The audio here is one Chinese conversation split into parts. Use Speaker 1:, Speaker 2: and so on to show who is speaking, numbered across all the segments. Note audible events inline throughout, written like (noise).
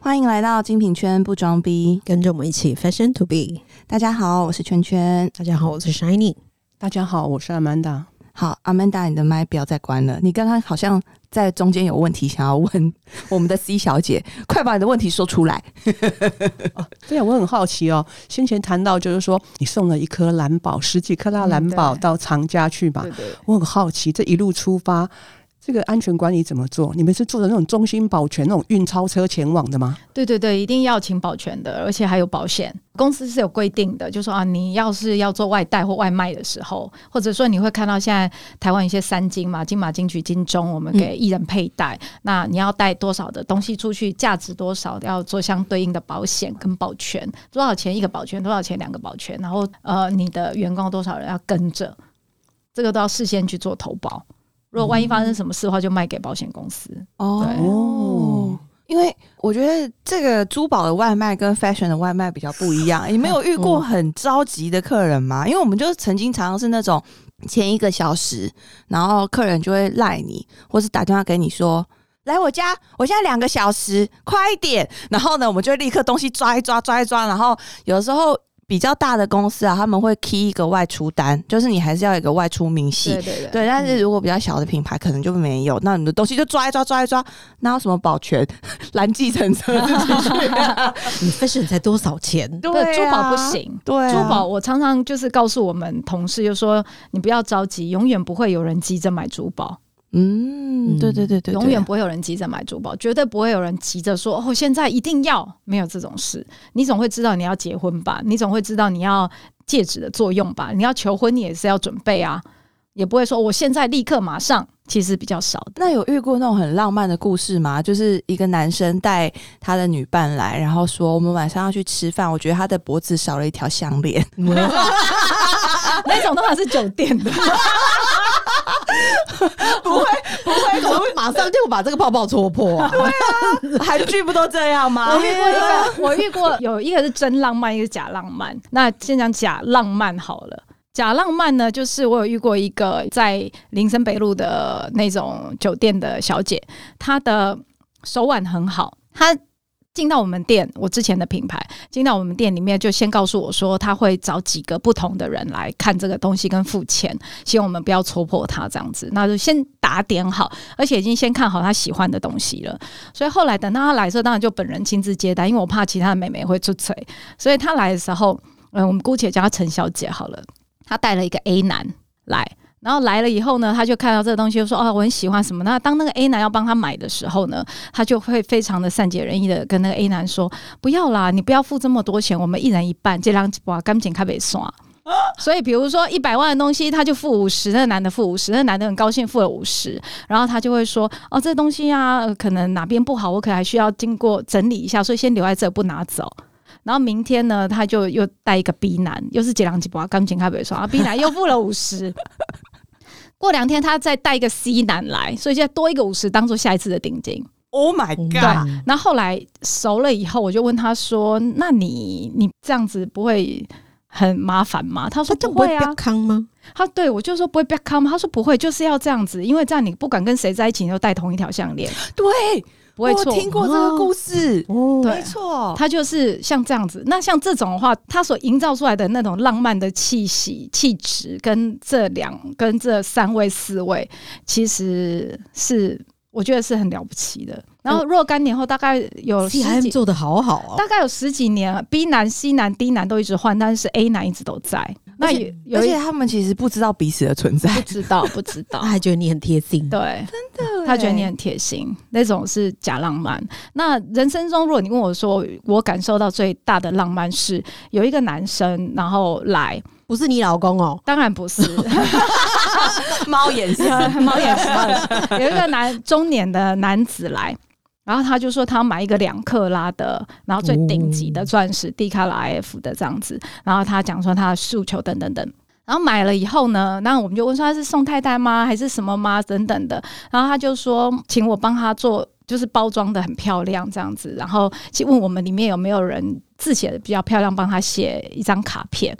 Speaker 1: 欢迎来到精品圈不装逼，
Speaker 2: 跟着我们一起 Fashion to be。
Speaker 1: 大家好，我是圈圈。
Speaker 2: 大家好，我是 Shiny。
Speaker 3: 大家好，我是阿曼达。
Speaker 1: 好，阿曼达，你的麦不要再关了，你刚刚好像在中间有问题想要问我们的 C 小姐，快把你的问题说出来。
Speaker 3: 对啊，我很好奇哦。先前谈到就是说，你送了一颗蓝宝，十几克拉蓝宝
Speaker 1: 嗯对
Speaker 3: 到藏家去吧。
Speaker 1: 对，
Speaker 3: 我很好奇，这一路出发，这个安全管理怎么做？你们是做的那种中心保全那种运钞车前往的吗？
Speaker 4: 对对对，一定要请保全的，而且还有保险。公司是有规定的，就说啊，你要是要做外带或外卖的时候，或者说你会看到现在台湾一些三金嘛，金马、金曲、金钟，我们给艺人佩戴，那你要带多少的东西出去，价值多少，要做相对应的保险跟保全，多少钱一个保全，多少钱两个保全，然后呃，你的员工多少人要跟着，这个都要事先去做投保。如果万一发生什么事的话，就卖给保险公司。
Speaker 1: 嗯哎哦，因为我觉得这个珠宝的外卖跟 fashion 的外卖比较不一样。你没有遇过很着急的客人吗？因为我们就曾经常常是那种前一个小时，然后客人就会赖你，或是打电话给你说。来我家，我现在两个小时，快一点！然后呢，我们就会立刻东西抓一抓，抓一抓。然后有的时候比较大的公司啊，他们会 key 一个外出单，就是你还是要有一个外出明细。
Speaker 4: 对对
Speaker 1: 对，啊但是如果比较小的品牌，可能就没有。那你的东西就抓一抓，抓一抓，哪有什么保全？ (laughs) 拦计程车自己去啊、
Speaker 2: 你 Fashion 才多少钱？
Speaker 1: (laughs) 对
Speaker 4: 对，珠宝不
Speaker 1: 啊，
Speaker 4: 行。
Speaker 1: 对啊、
Speaker 4: 珠宝，我常常就是告诉我们同事，就说你不要着急，永远不会有人急着买珠宝，
Speaker 1: 嗯，对对对对对
Speaker 4: 永远不会有人急着买珠宝，绝对不会有人急着说哦，现在一定要，没有这种事。你总会知道你要结婚吧，你总会知道你要戒指的作用吧，你要求婚你也是要准备啊，也不会说我现在立刻马上，其实比
Speaker 1: (laughs)
Speaker 4: 较少的。
Speaker 1: 那有遇过那种很浪漫的故事吗？就是一个男生带他的女伴来，然后说我们晚上要去吃饭，我觉得他的脖子少了一条项链，
Speaker 4: 那种的话是酒店的，
Speaker 2: 为什么会马上就把这个泡泡戳破 (laughs) 啊？
Speaker 1: (laughs) 韩剧不都这样吗？
Speaker 4: 我遇过一个，我遇过有一个是真浪漫，一个是假浪漫。那先讲假浪漫好了。假浪漫呢，就是我有遇过一个在林森北路的那种酒店的小姐，她的手腕很好，她。进到我们店，我之前的品牌进到我们店里面，就先告诉我说她会找几个不同的人来看这个东西跟付钱，希望我们不要戳破她这样子，那就先打点好，而且已经先看好她喜欢的东西了。所以后来等到他来的时候，当然就本人亲自接待，因为我怕其他的妹妹会出错，所以他来的时候，嗯，我们姑且叫她陈小姐好了。她带了一个 A 男来，然后来了以后呢，她就看到这个东西，就说：“哦，我很喜欢什么。”那当那个 A 男要帮她买的时候呢，她就会非常的善解人意的跟那个 A 男说：“不要啦，你不要付这么多钱，我们一人一半，这两把干净开北算。”所以，比如说一百万的东西，他就付五十，那个男的付五十，那个男的很高兴付了五十，然后他就会说：“哦，这东西啊，呃可能哪边不好，我可能还需要经过整理一下，所以先留在这不拿走。”然后明天呢，他就又带一个 B 男，又是几两几把钢琴开北说啊，B 男又付了五十。 (laughs) 过两天他再带一个 C 男来，所以就多一个五十当做下一次的定金。
Speaker 1: ，Oh my
Speaker 2: 对
Speaker 1: god！
Speaker 2: 啊，
Speaker 4: 那后来熟了以后，我就问他说：“那你你这样子不会很麻烦吗？”他说：“
Speaker 2: 他就
Speaker 4: 不
Speaker 2: 不会
Speaker 4: 会啊。”
Speaker 2: 标康吗？
Speaker 4: 他对我就说不会 back come，他说啊不会，就是要这样子，因为这样你不管跟谁在一起，你都戴同一条项链，
Speaker 1: (laughs) 对，
Speaker 4: 不会
Speaker 1: 我
Speaker 4: 错。
Speaker 1: 听过这个故事，
Speaker 2: 哦，
Speaker 4: 对
Speaker 1: 没错，
Speaker 4: 他就是像这样子，那像这种的话，他所营造出来的那种浪漫的气息、气质，跟这两、跟这三位、四位，其实是我觉得是很了不起的。然后若干年后，大概有十
Speaker 2: C M
Speaker 4: 几，
Speaker 2: 做的好好哦。
Speaker 4: 大概有十几年，B 男、C 男、D 男都一直换，但是 A 男一直都在。那
Speaker 1: 而且
Speaker 4: 有
Speaker 1: 而
Speaker 4: 有
Speaker 1: 且
Speaker 4: 一
Speaker 1: 他们其实不知道彼此的存在
Speaker 4: 不，知道，不知道
Speaker 2: 他。还觉得你很贴心，
Speaker 4: (laughs) 对，他觉得你很贴心，那种是假浪漫。那人生中，如果你问我说，我感受到最大的浪漫是有一个男生然后来，
Speaker 2: 不是你老公哦。
Speaker 4: 当然不是
Speaker 1: (laughs) 猫眼色，
Speaker 4: (laughs) 猫眼石，有一个男中年的男子来。然后他就说他要买一个两克拉的，然后最顶级的钻石，迪卡拉 F 的这样子。然后他讲说他的诉求等等等。然后买了以后呢，那我们就问说他是送太太吗，还是什么吗？等等的。然后他就说，请我帮他做，就是包装的很漂亮这样子，然后去问我们里面有没有人字写的比较漂亮，帮他写一张卡片。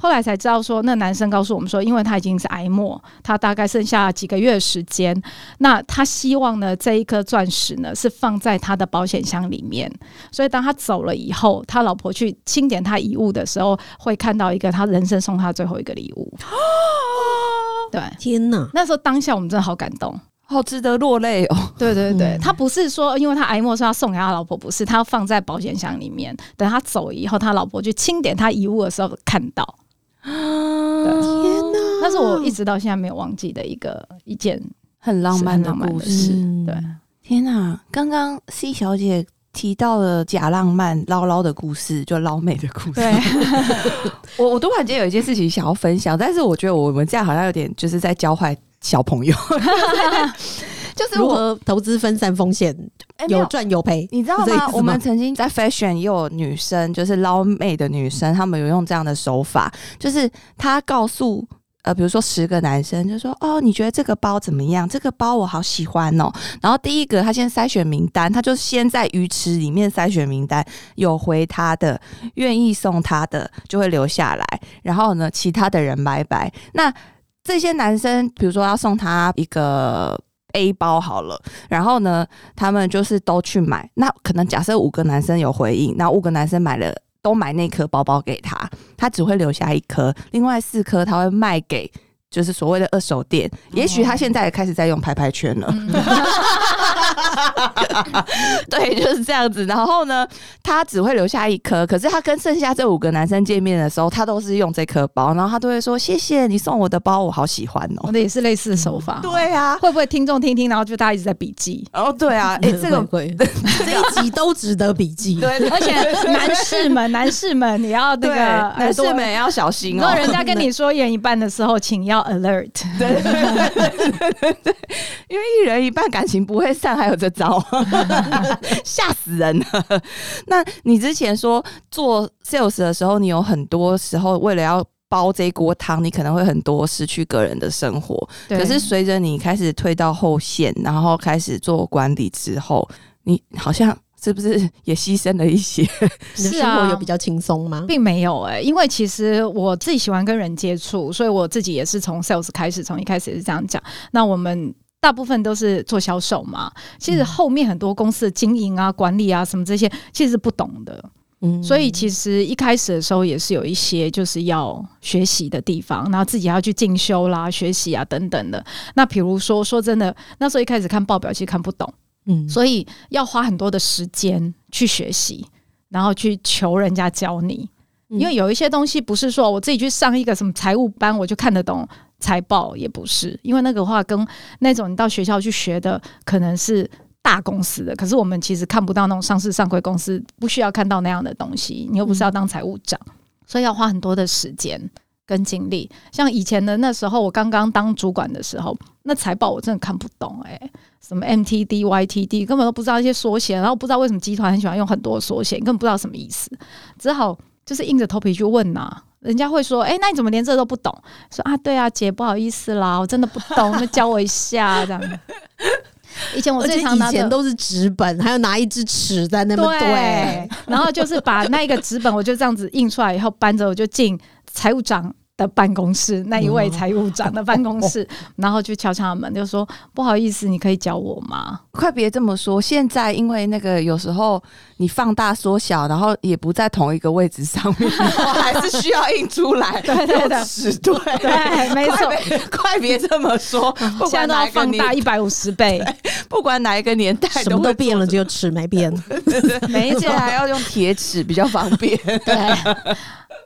Speaker 4: 后来才知道说，那男生告诉我们说，因为他已经是癌末，他大概剩下几个月的时间，那他希望呢这一颗钻石呢是放在他的保险箱里面，所以当他走了以后，他老婆去清点他遗物的时候，会看到一个他人生送他最后一个礼物。对，
Speaker 2: 天哪！
Speaker 4: 那时候当下我们真的好感动。
Speaker 1: 好值得落泪哦！
Speaker 4: 对对对，
Speaker 2: 嗯
Speaker 4: 他不是说因为他癌末是要送给他老婆，不是，他要放在保险箱里面，等他走以后，他老婆去清点他遗物的时候看到。
Speaker 2: 天哪！
Speaker 4: 那是我一直到现在没有忘记的一个一件
Speaker 1: 很浪漫的
Speaker 4: 是很浪漫的
Speaker 1: 故
Speaker 4: 事
Speaker 1: 事。
Speaker 2: 嗯
Speaker 4: 对
Speaker 1: 天哪、刚刚 C 小姐提到了假浪漫捞捞的故事，就捞妹的故事。 (laughs) 我我突然间有一件事情想要分享，但是我觉得我们这样好像有点就是在教坏小朋友，就是
Speaker 2: 如
Speaker 1: 我
Speaker 2: 何投资分散风险，
Speaker 1: 哎没
Speaker 2: 有赚有赔？
Speaker 1: 你知道
Speaker 2: 是这意
Speaker 1: 吗
Speaker 2: 思？
Speaker 1: 我们曾经在 fashion 也有女生，就是捞妹的女生，她们有用这样的手法，就是她告诉呃，比如说十个男生，就说哦，你觉得这个包怎么样？这个包我好喜欢哦。然后第一个，他先筛选名单，他就先在鱼池里面筛选名单，有回他的，愿意送他的就会留下来。然后呢，其他的人拜拜。那这些男生，比如说要送他一个 A 包好了，然后呢，他们就是都去买。那可能假设五个男生有回应，那五个男生买了都买那颗包包给他，他只会留下一颗，另外四颗他会卖给。就是所谓的二手店，也许他现在也开始在用拍拍圈了，
Speaker 4: 嗯
Speaker 1: (laughs) 对，就是这样子。然后呢，他只会留下一颗，可是他跟剩下这五个男生见面的时候，他都是用这颗包，然后他都会说：“谢谢你送我的包，我好喜欢哦
Speaker 4: (laughs) 我。的也是类似的手法”。
Speaker 1: (laughs) 对啊，
Speaker 4: 会不会听众听听，然后就大家一直在笔
Speaker 1: (laughs)
Speaker 4: 记？
Speaker 1: 哦对啊，哎、这个
Speaker 2: (laughs) 会这一集都值得笔记。
Speaker 1: (laughs) 对对
Speaker 4: 而且男
Speaker 1: (laughs)
Speaker 4: 士们，男士们，你要那
Speaker 1: 对，
Speaker 4: 个
Speaker 1: 男士们。也要小
Speaker 4: 如
Speaker 1: 心哦 (laughs)
Speaker 4: 果。人家跟你说一人一半的时候，请要 alert。 (laughs)
Speaker 1: 对对对对对对对，因为一人一半感情不会散，还有这招， (laughs) 吓死人了。那你之前说做 sales 的时候，你有很多时候为了要煲这一锅汤，你可能会很多失去个人的生活。
Speaker 4: 对
Speaker 1: 可是随着你开始退到后线，然后开始做管理之后，你好像是不是也牺牲了一些？
Speaker 2: 你的
Speaker 4: 是
Speaker 2: 生
Speaker 4: 啊
Speaker 2: 活有比较轻松吗？
Speaker 4: 并没有哎、因为其实我自己喜欢跟人接触，所以我自己也是从 sales 开始，从一开始也是这样讲。那我们。大部分都是做销售嘛，其
Speaker 1: 嗯
Speaker 4: 实后面很多公司的经营啊、管理啊什么这些，其实是不懂的。
Speaker 2: 嗯
Speaker 4: 所以其实一开始的时候也是有一些就是要学习的地方，然后自己要去进修啦、学习啊等等的。那比如说，说真的，那时候一开始看报表其实看不懂，
Speaker 2: 嗯
Speaker 4: 所以要花很多的时间去学习，然后去求人家教你。
Speaker 2: 嗯
Speaker 4: 因为有一些东西不是说我自己去上一个什么财务班我就看得懂财报，也不是，因为那个话跟那种你到学校去学的可能是大公司的，可是我们其实看不到那种上市上柜公司不需要看到那样的东西，你又不是要当财务长，所以要花很多的时间跟精力。像以前的那时候，我刚刚当主管的时候，那财报我真的看不懂哎、什么 MTD、YTD 根本都不知道一些缩写，然后不知道为什么集团很喜欢用很多缩写，你根本不知道什么意思，只好就是硬着头皮去问呐、人家会说：“哎、那你怎么连这都不懂？”说啊，对啊，姐，不好意思啦，我真的不懂，那教我一下这样。以前我
Speaker 2: 而且
Speaker 4: 最常拿
Speaker 2: 以
Speaker 4: 的
Speaker 2: 前都是纸本，还有拿一支尺在那边对。
Speaker 4: 对，然后就是把那个纸本，我就这样子印出来以后，搬着我就进财务长。的办公室那一位财务长的办公室， (laughs) 然后就敲敲门，就说不好意思，你可以教我吗？
Speaker 1: 快别这么说！现在因为那个有时候你放大缩小，然后也不在同一个位置上面，我还是需要印出来，
Speaker 4: (laughs) 对对对
Speaker 1: 用尺对
Speaker 4: (laughs) 对，没错，
Speaker 1: 快别快别这么
Speaker 4: (laughs)
Speaker 1: 说！不
Speaker 4: 现在
Speaker 1: 管
Speaker 4: 都
Speaker 1: 哪
Speaker 4: 要
Speaker 1: 一个
Speaker 4: 放
Speaker 1: 年
Speaker 4: 大，一百五十倍，
Speaker 1: 不管哪一个年代，
Speaker 2: 什么都
Speaker 1: 会
Speaker 2: 变了，只有尺没
Speaker 4: (laughs)
Speaker 2: 变。
Speaker 4: 没
Speaker 1: 而且
Speaker 4: 错，
Speaker 1: 还要用铁尺比较方
Speaker 4: (laughs)
Speaker 1: 便。
Speaker 4: 对。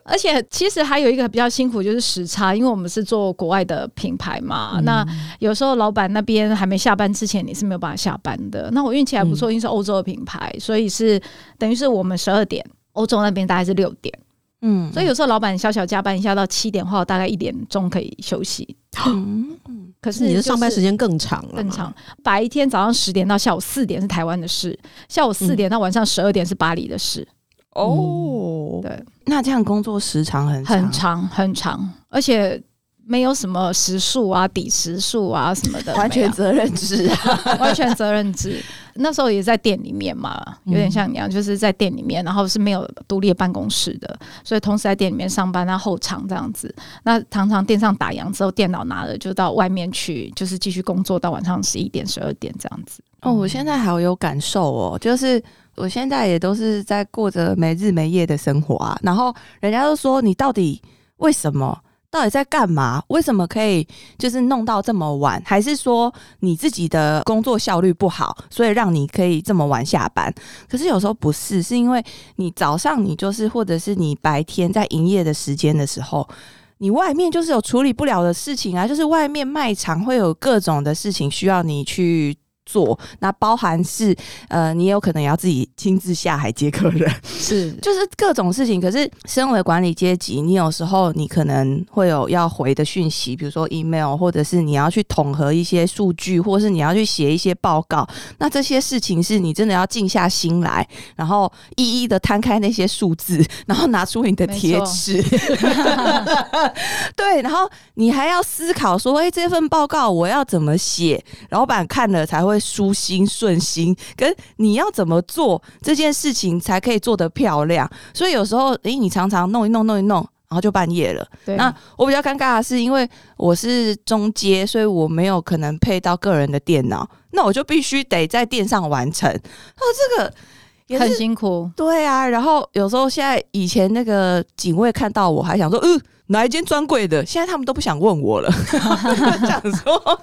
Speaker 4: 而且其实还有一个比较辛苦就是时差，因为我们是做国外的品牌嘛，那有时候老板那边还没下班之前，你是没有办法下班的。那我运气还不错，因为是欧洲的品牌，所以是等于是我们十二点，欧洲那边大概是六点，
Speaker 1: 嗯
Speaker 4: 所以有时候老板小小加班一下到七点的话，我大概一点钟可以休息。
Speaker 1: 嗯
Speaker 4: 可是、
Speaker 2: 你的上班时。间啊更长了，
Speaker 4: 更长。，白天早上十点到下午四点是台湾的事，下午
Speaker 2: 嗯
Speaker 4: 四点到晚上十二点是巴黎的事，
Speaker 1: 哦，
Speaker 4: 对，
Speaker 1: 那这样工作时长很
Speaker 4: 很长很长，而且没有什么时数啊、底时数啊什么的，
Speaker 2: 完
Speaker 4: 没有
Speaker 2: 全责任制啊，
Speaker 4: (laughs) 完全责任制。那时候也在店里面嘛，
Speaker 1: 嗯
Speaker 4: 有点像你一样，就是在店里面，然后是没有独立的办公室的，所以同时在店里面上班，那啊后场这样子。那常常店上打烊之后，电脑拿了就到外面去，就是继续工作到晚上十一点、十二点这样子。
Speaker 1: 哦，我现在好有感受哦，就是我现在也都是在过着没日没夜的生活啊。然后人家都说你到底为什么？到底在干嘛？为什么可以就是弄到这么晚？还是说你自己的工作效率不好，所以让你可以这么晚下班？可是有时候不是，是因为你早上你就是，或者是你白天在营业的时间的时候，你外面就是有处理不了的事情啊，就是外面卖场会有各种的事情需要你去做，那包含是呃，你也有可能也要自己亲自下海接客人，
Speaker 4: 是
Speaker 1: 就是各种事情。可是，身为管理阶级，你有时候你可能会有要回的讯息，比如说 email，或者是你要去统合一些数据，或是你要去写一些报告。那这些事情是你真的要静下心来，然后一一的摊开那些数字，然后拿出你的贴纸， (laughs) 对，然后你还要思考说，哎、这份报告我要怎么写，老板看了才会舒心顺心。跟你要怎么做这件事情才可以做得漂亮。所以有时候，诶、你常常弄一弄弄一弄，然后就半夜了。
Speaker 4: 对
Speaker 1: 那我比较尴尬的是，因为我是中阶，所以我没有可能配到个人的电脑，那我就必须得在电上完成。哦，这个也
Speaker 4: 很
Speaker 1: 是
Speaker 4: 辛苦。
Speaker 1: 对啊。然后有时候现在以前那个警卫看到我还想说，嗯、哪一间专柜的？现在他们都不想问我了， (laughs) 想说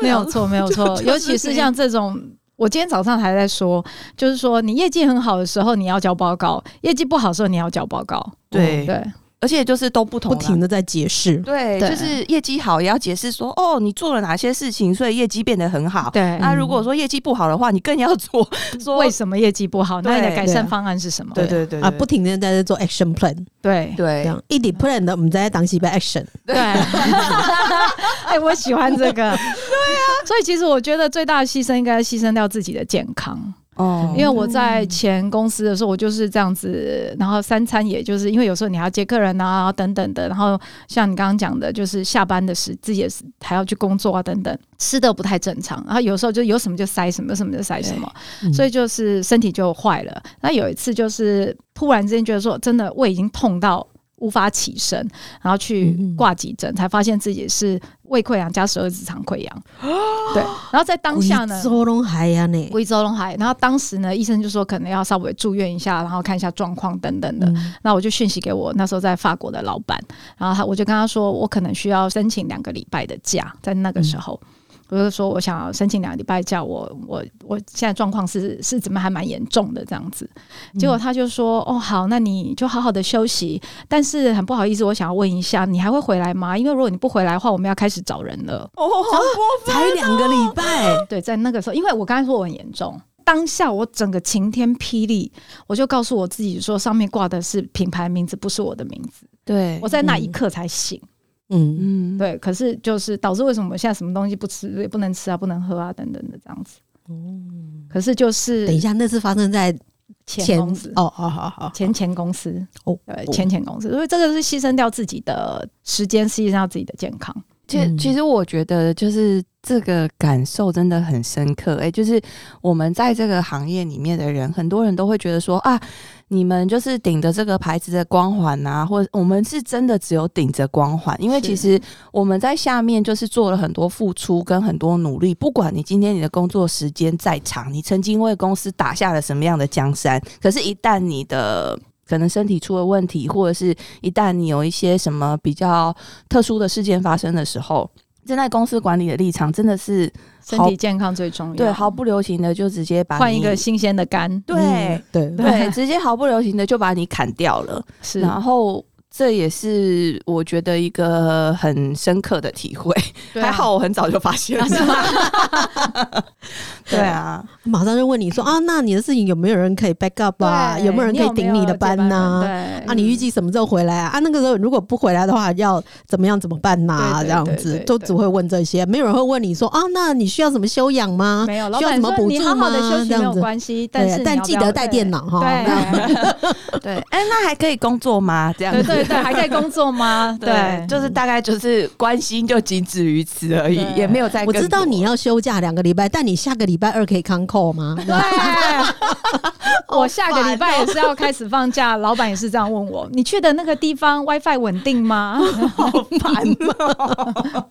Speaker 4: 没有错，没有错，
Speaker 1: 啊 (laughs) 就是
Speaker 4: 尤其是像这种。我今天早上还在说，就是说你业绩很好的时候你要交报告，业绩不好的时候你要交报告。
Speaker 1: 对
Speaker 4: 对，
Speaker 1: 而且就是都不同
Speaker 2: 不
Speaker 1: 啦
Speaker 2: 停的在解释。
Speaker 1: 对，
Speaker 4: 对
Speaker 1: 就是业绩好也要解释说，哦，你做了哪些事情，所以业绩变得很好。
Speaker 4: 对
Speaker 1: 那如果说业绩不好的话，你更要做 (laughs) 说
Speaker 4: 为什么业绩不好？那你的
Speaker 1: 对
Speaker 4: 改
Speaker 2: 对
Speaker 4: 善方案是什么？
Speaker 1: 对对对
Speaker 2: 啊，不停的在做 action plan，
Speaker 4: 对
Speaker 1: 对
Speaker 2: 这样一点 plan 的，我们在当西边 action，
Speaker 4: 对， (laughs) 哎，我喜欢这个。对啊，所以其实我觉得最大的牺牲应该牺牲掉自己的健康，
Speaker 1: 哦
Speaker 4: 因为我在前公司的时候，我就是这样子，然后三餐也就是因为有时候你还要接客人啊，等等的，然后像你刚刚讲的，就是下班的时自己也是还要去工作啊，等等，吃的不太正常，然后有时候就有什么就塞什么，有什么就塞什么，所以
Speaker 2: 嗯
Speaker 4: 就是身体就坏了。那有一次就是突然之间觉得说，真的胃已经痛到无法起身，然后去
Speaker 2: 嗯嗯
Speaker 4: 挂急诊，才发现自己是胃溃疡加十二指肠溃疡。对，
Speaker 2: 哦
Speaker 4: 然后在当下呢。
Speaker 2: 周龙海呀呢，
Speaker 4: 贵州龙海，然后当时呢，医生就说可能要稍微住院一下，然后看一下状况等等的。
Speaker 2: 嗯
Speaker 4: 那我就讯息给我那时候在法国的老板，然后他我就跟他说，我可能需要申请两个礼拜的假，在那个时候。我就说，我想要申请两个礼拜假，我我我现在状况是是怎么还蛮严重的这样子，结果他就说，哦好，那你就好好的休息，但是很不好意思，我想要问一下，你还会回来吗？因为如果你不回来的话，我们要开始找人了。
Speaker 1: 哦，好过分
Speaker 2: 才两个礼拜，
Speaker 4: 对，在那个时候，因为我刚才说我很严重，当下我整个晴天霹雳，我就告诉我自己说，上面挂的是品牌名字，不是我的名字。
Speaker 1: 对
Speaker 4: 我在那一刻才醒。
Speaker 2: 嗯，
Speaker 1: 嗯，
Speaker 4: 对，可是就是导致为什么我现在什么东西不吃，也不能吃啊，不能喝啊，等等的这样子。可是就是
Speaker 2: 嗯等一下，那次发生在
Speaker 4: 嗯前
Speaker 2: 前
Speaker 4: 公司，
Speaker 2: 哦，好好好，
Speaker 4: 前前公司，
Speaker 2: 哦
Speaker 4: 对，前前公司，所以这个是牺牲掉自己的时间，牺牲掉自己的健康。
Speaker 1: 其
Speaker 2: 嗯
Speaker 1: 其实我觉得就是这个感受真的很深刻，哎、就是我们在这个行业里面的人，很多人都会觉得说啊，你们就是顶着这个牌子的光环啊，或者我们是真的只有顶着光环，因为
Speaker 4: 是
Speaker 1: 其实我们在下面就是做了很多付出跟很多努力，不管你今天你的工作时间再长，你曾经为公司打下了什么样的江山，可是，一旦你的可能身体出了问题，或者是一旦你有一些什么比较特殊的事件发生的时候，站在公司管理的立场，真的是
Speaker 4: 身
Speaker 1: 好
Speaker 4: 体健康最重要。
Speaker 1: 对毫不留情的就直接把
Speaker 4: 换
Speaker 1: 你
Speaker 4: 一个新鲜的肝，
Speaker 1: 对、
Speaker 2: 嗯对，
Speaker 4: (laughs)
Speaker 1: 对，直接毫不留情的就把你砍掉了。
Speaker 4: 是
Speaker 1: 然后这也是我觉得一个很深刻的体会。
Speaker 4: 对啊
Speaker 1: 还好我很早就发现了，
Speaker 4: 是吗？
Speaker 1: (laughs) 对啊，
Speaker 2: 马上就问你说啊，那你的事情有没有人可以 back up 啊？
Speaker 4: 对
Speaker 2: 有没有人可以顶你的班呐？
Speaker 4: 对
Speaker 2: 啊，你预计什么时候回来啊？啊，那个时候如果不回来的话，要怎么样怎么办呐、
Speaker 4: 对对
Speaker 2: 这样
Speaker 4: 对
Speaker 2: 子
Speaker 4: 对
Speaker 2: 都只会问这些，没有人会问你说啊，那你需要什么休养吗？
Speaker 4: 没有，老
Speaker 2: 需要
Speaker 4: 板
Speaker 2: 什么
Speaker 4: 说
Speaker 2: 补
Speaker 4: 你
Speaker 2: 助
Speaker 4: 好好的
Speaker 2: 吗
Speaker 4: 休息
Speaker 2: 这样
Speaker 4: 没有
Speaker 2: 子
Speaker 4: 关系，但是
Speaker 2: 对
Speaker 4: 你
Speaker 2: 但
Speaker 4: 要不 (laughs)
Speaker 2: 记得
Speaker 4: 要
Speaker 2: 带电脑哈
Speaker 4: 对
Speaker 1: 对，哎、那还可以工作吗？这样
Speaker 4: 对
Speaker 1: 子
Speaker 4: 对对对对，还在工作吗？ (laughs) 对，
Speaker 1: 就是大概就是关心就仅止于此而已
Speaker 4: 对，
Speaker 1: 也没有在。
Speaker 2: 我知道你要休假两个礼拜，但你下个礼拜二可以康扣吗？
Speaker 4: (laughs) (laughs) 对，我下个礼拜也是要开始放假，老板也是这样问我：你去的那个地方 WiFi 稳定 (laughs) 吗？
Speaker 1: 好烦哦。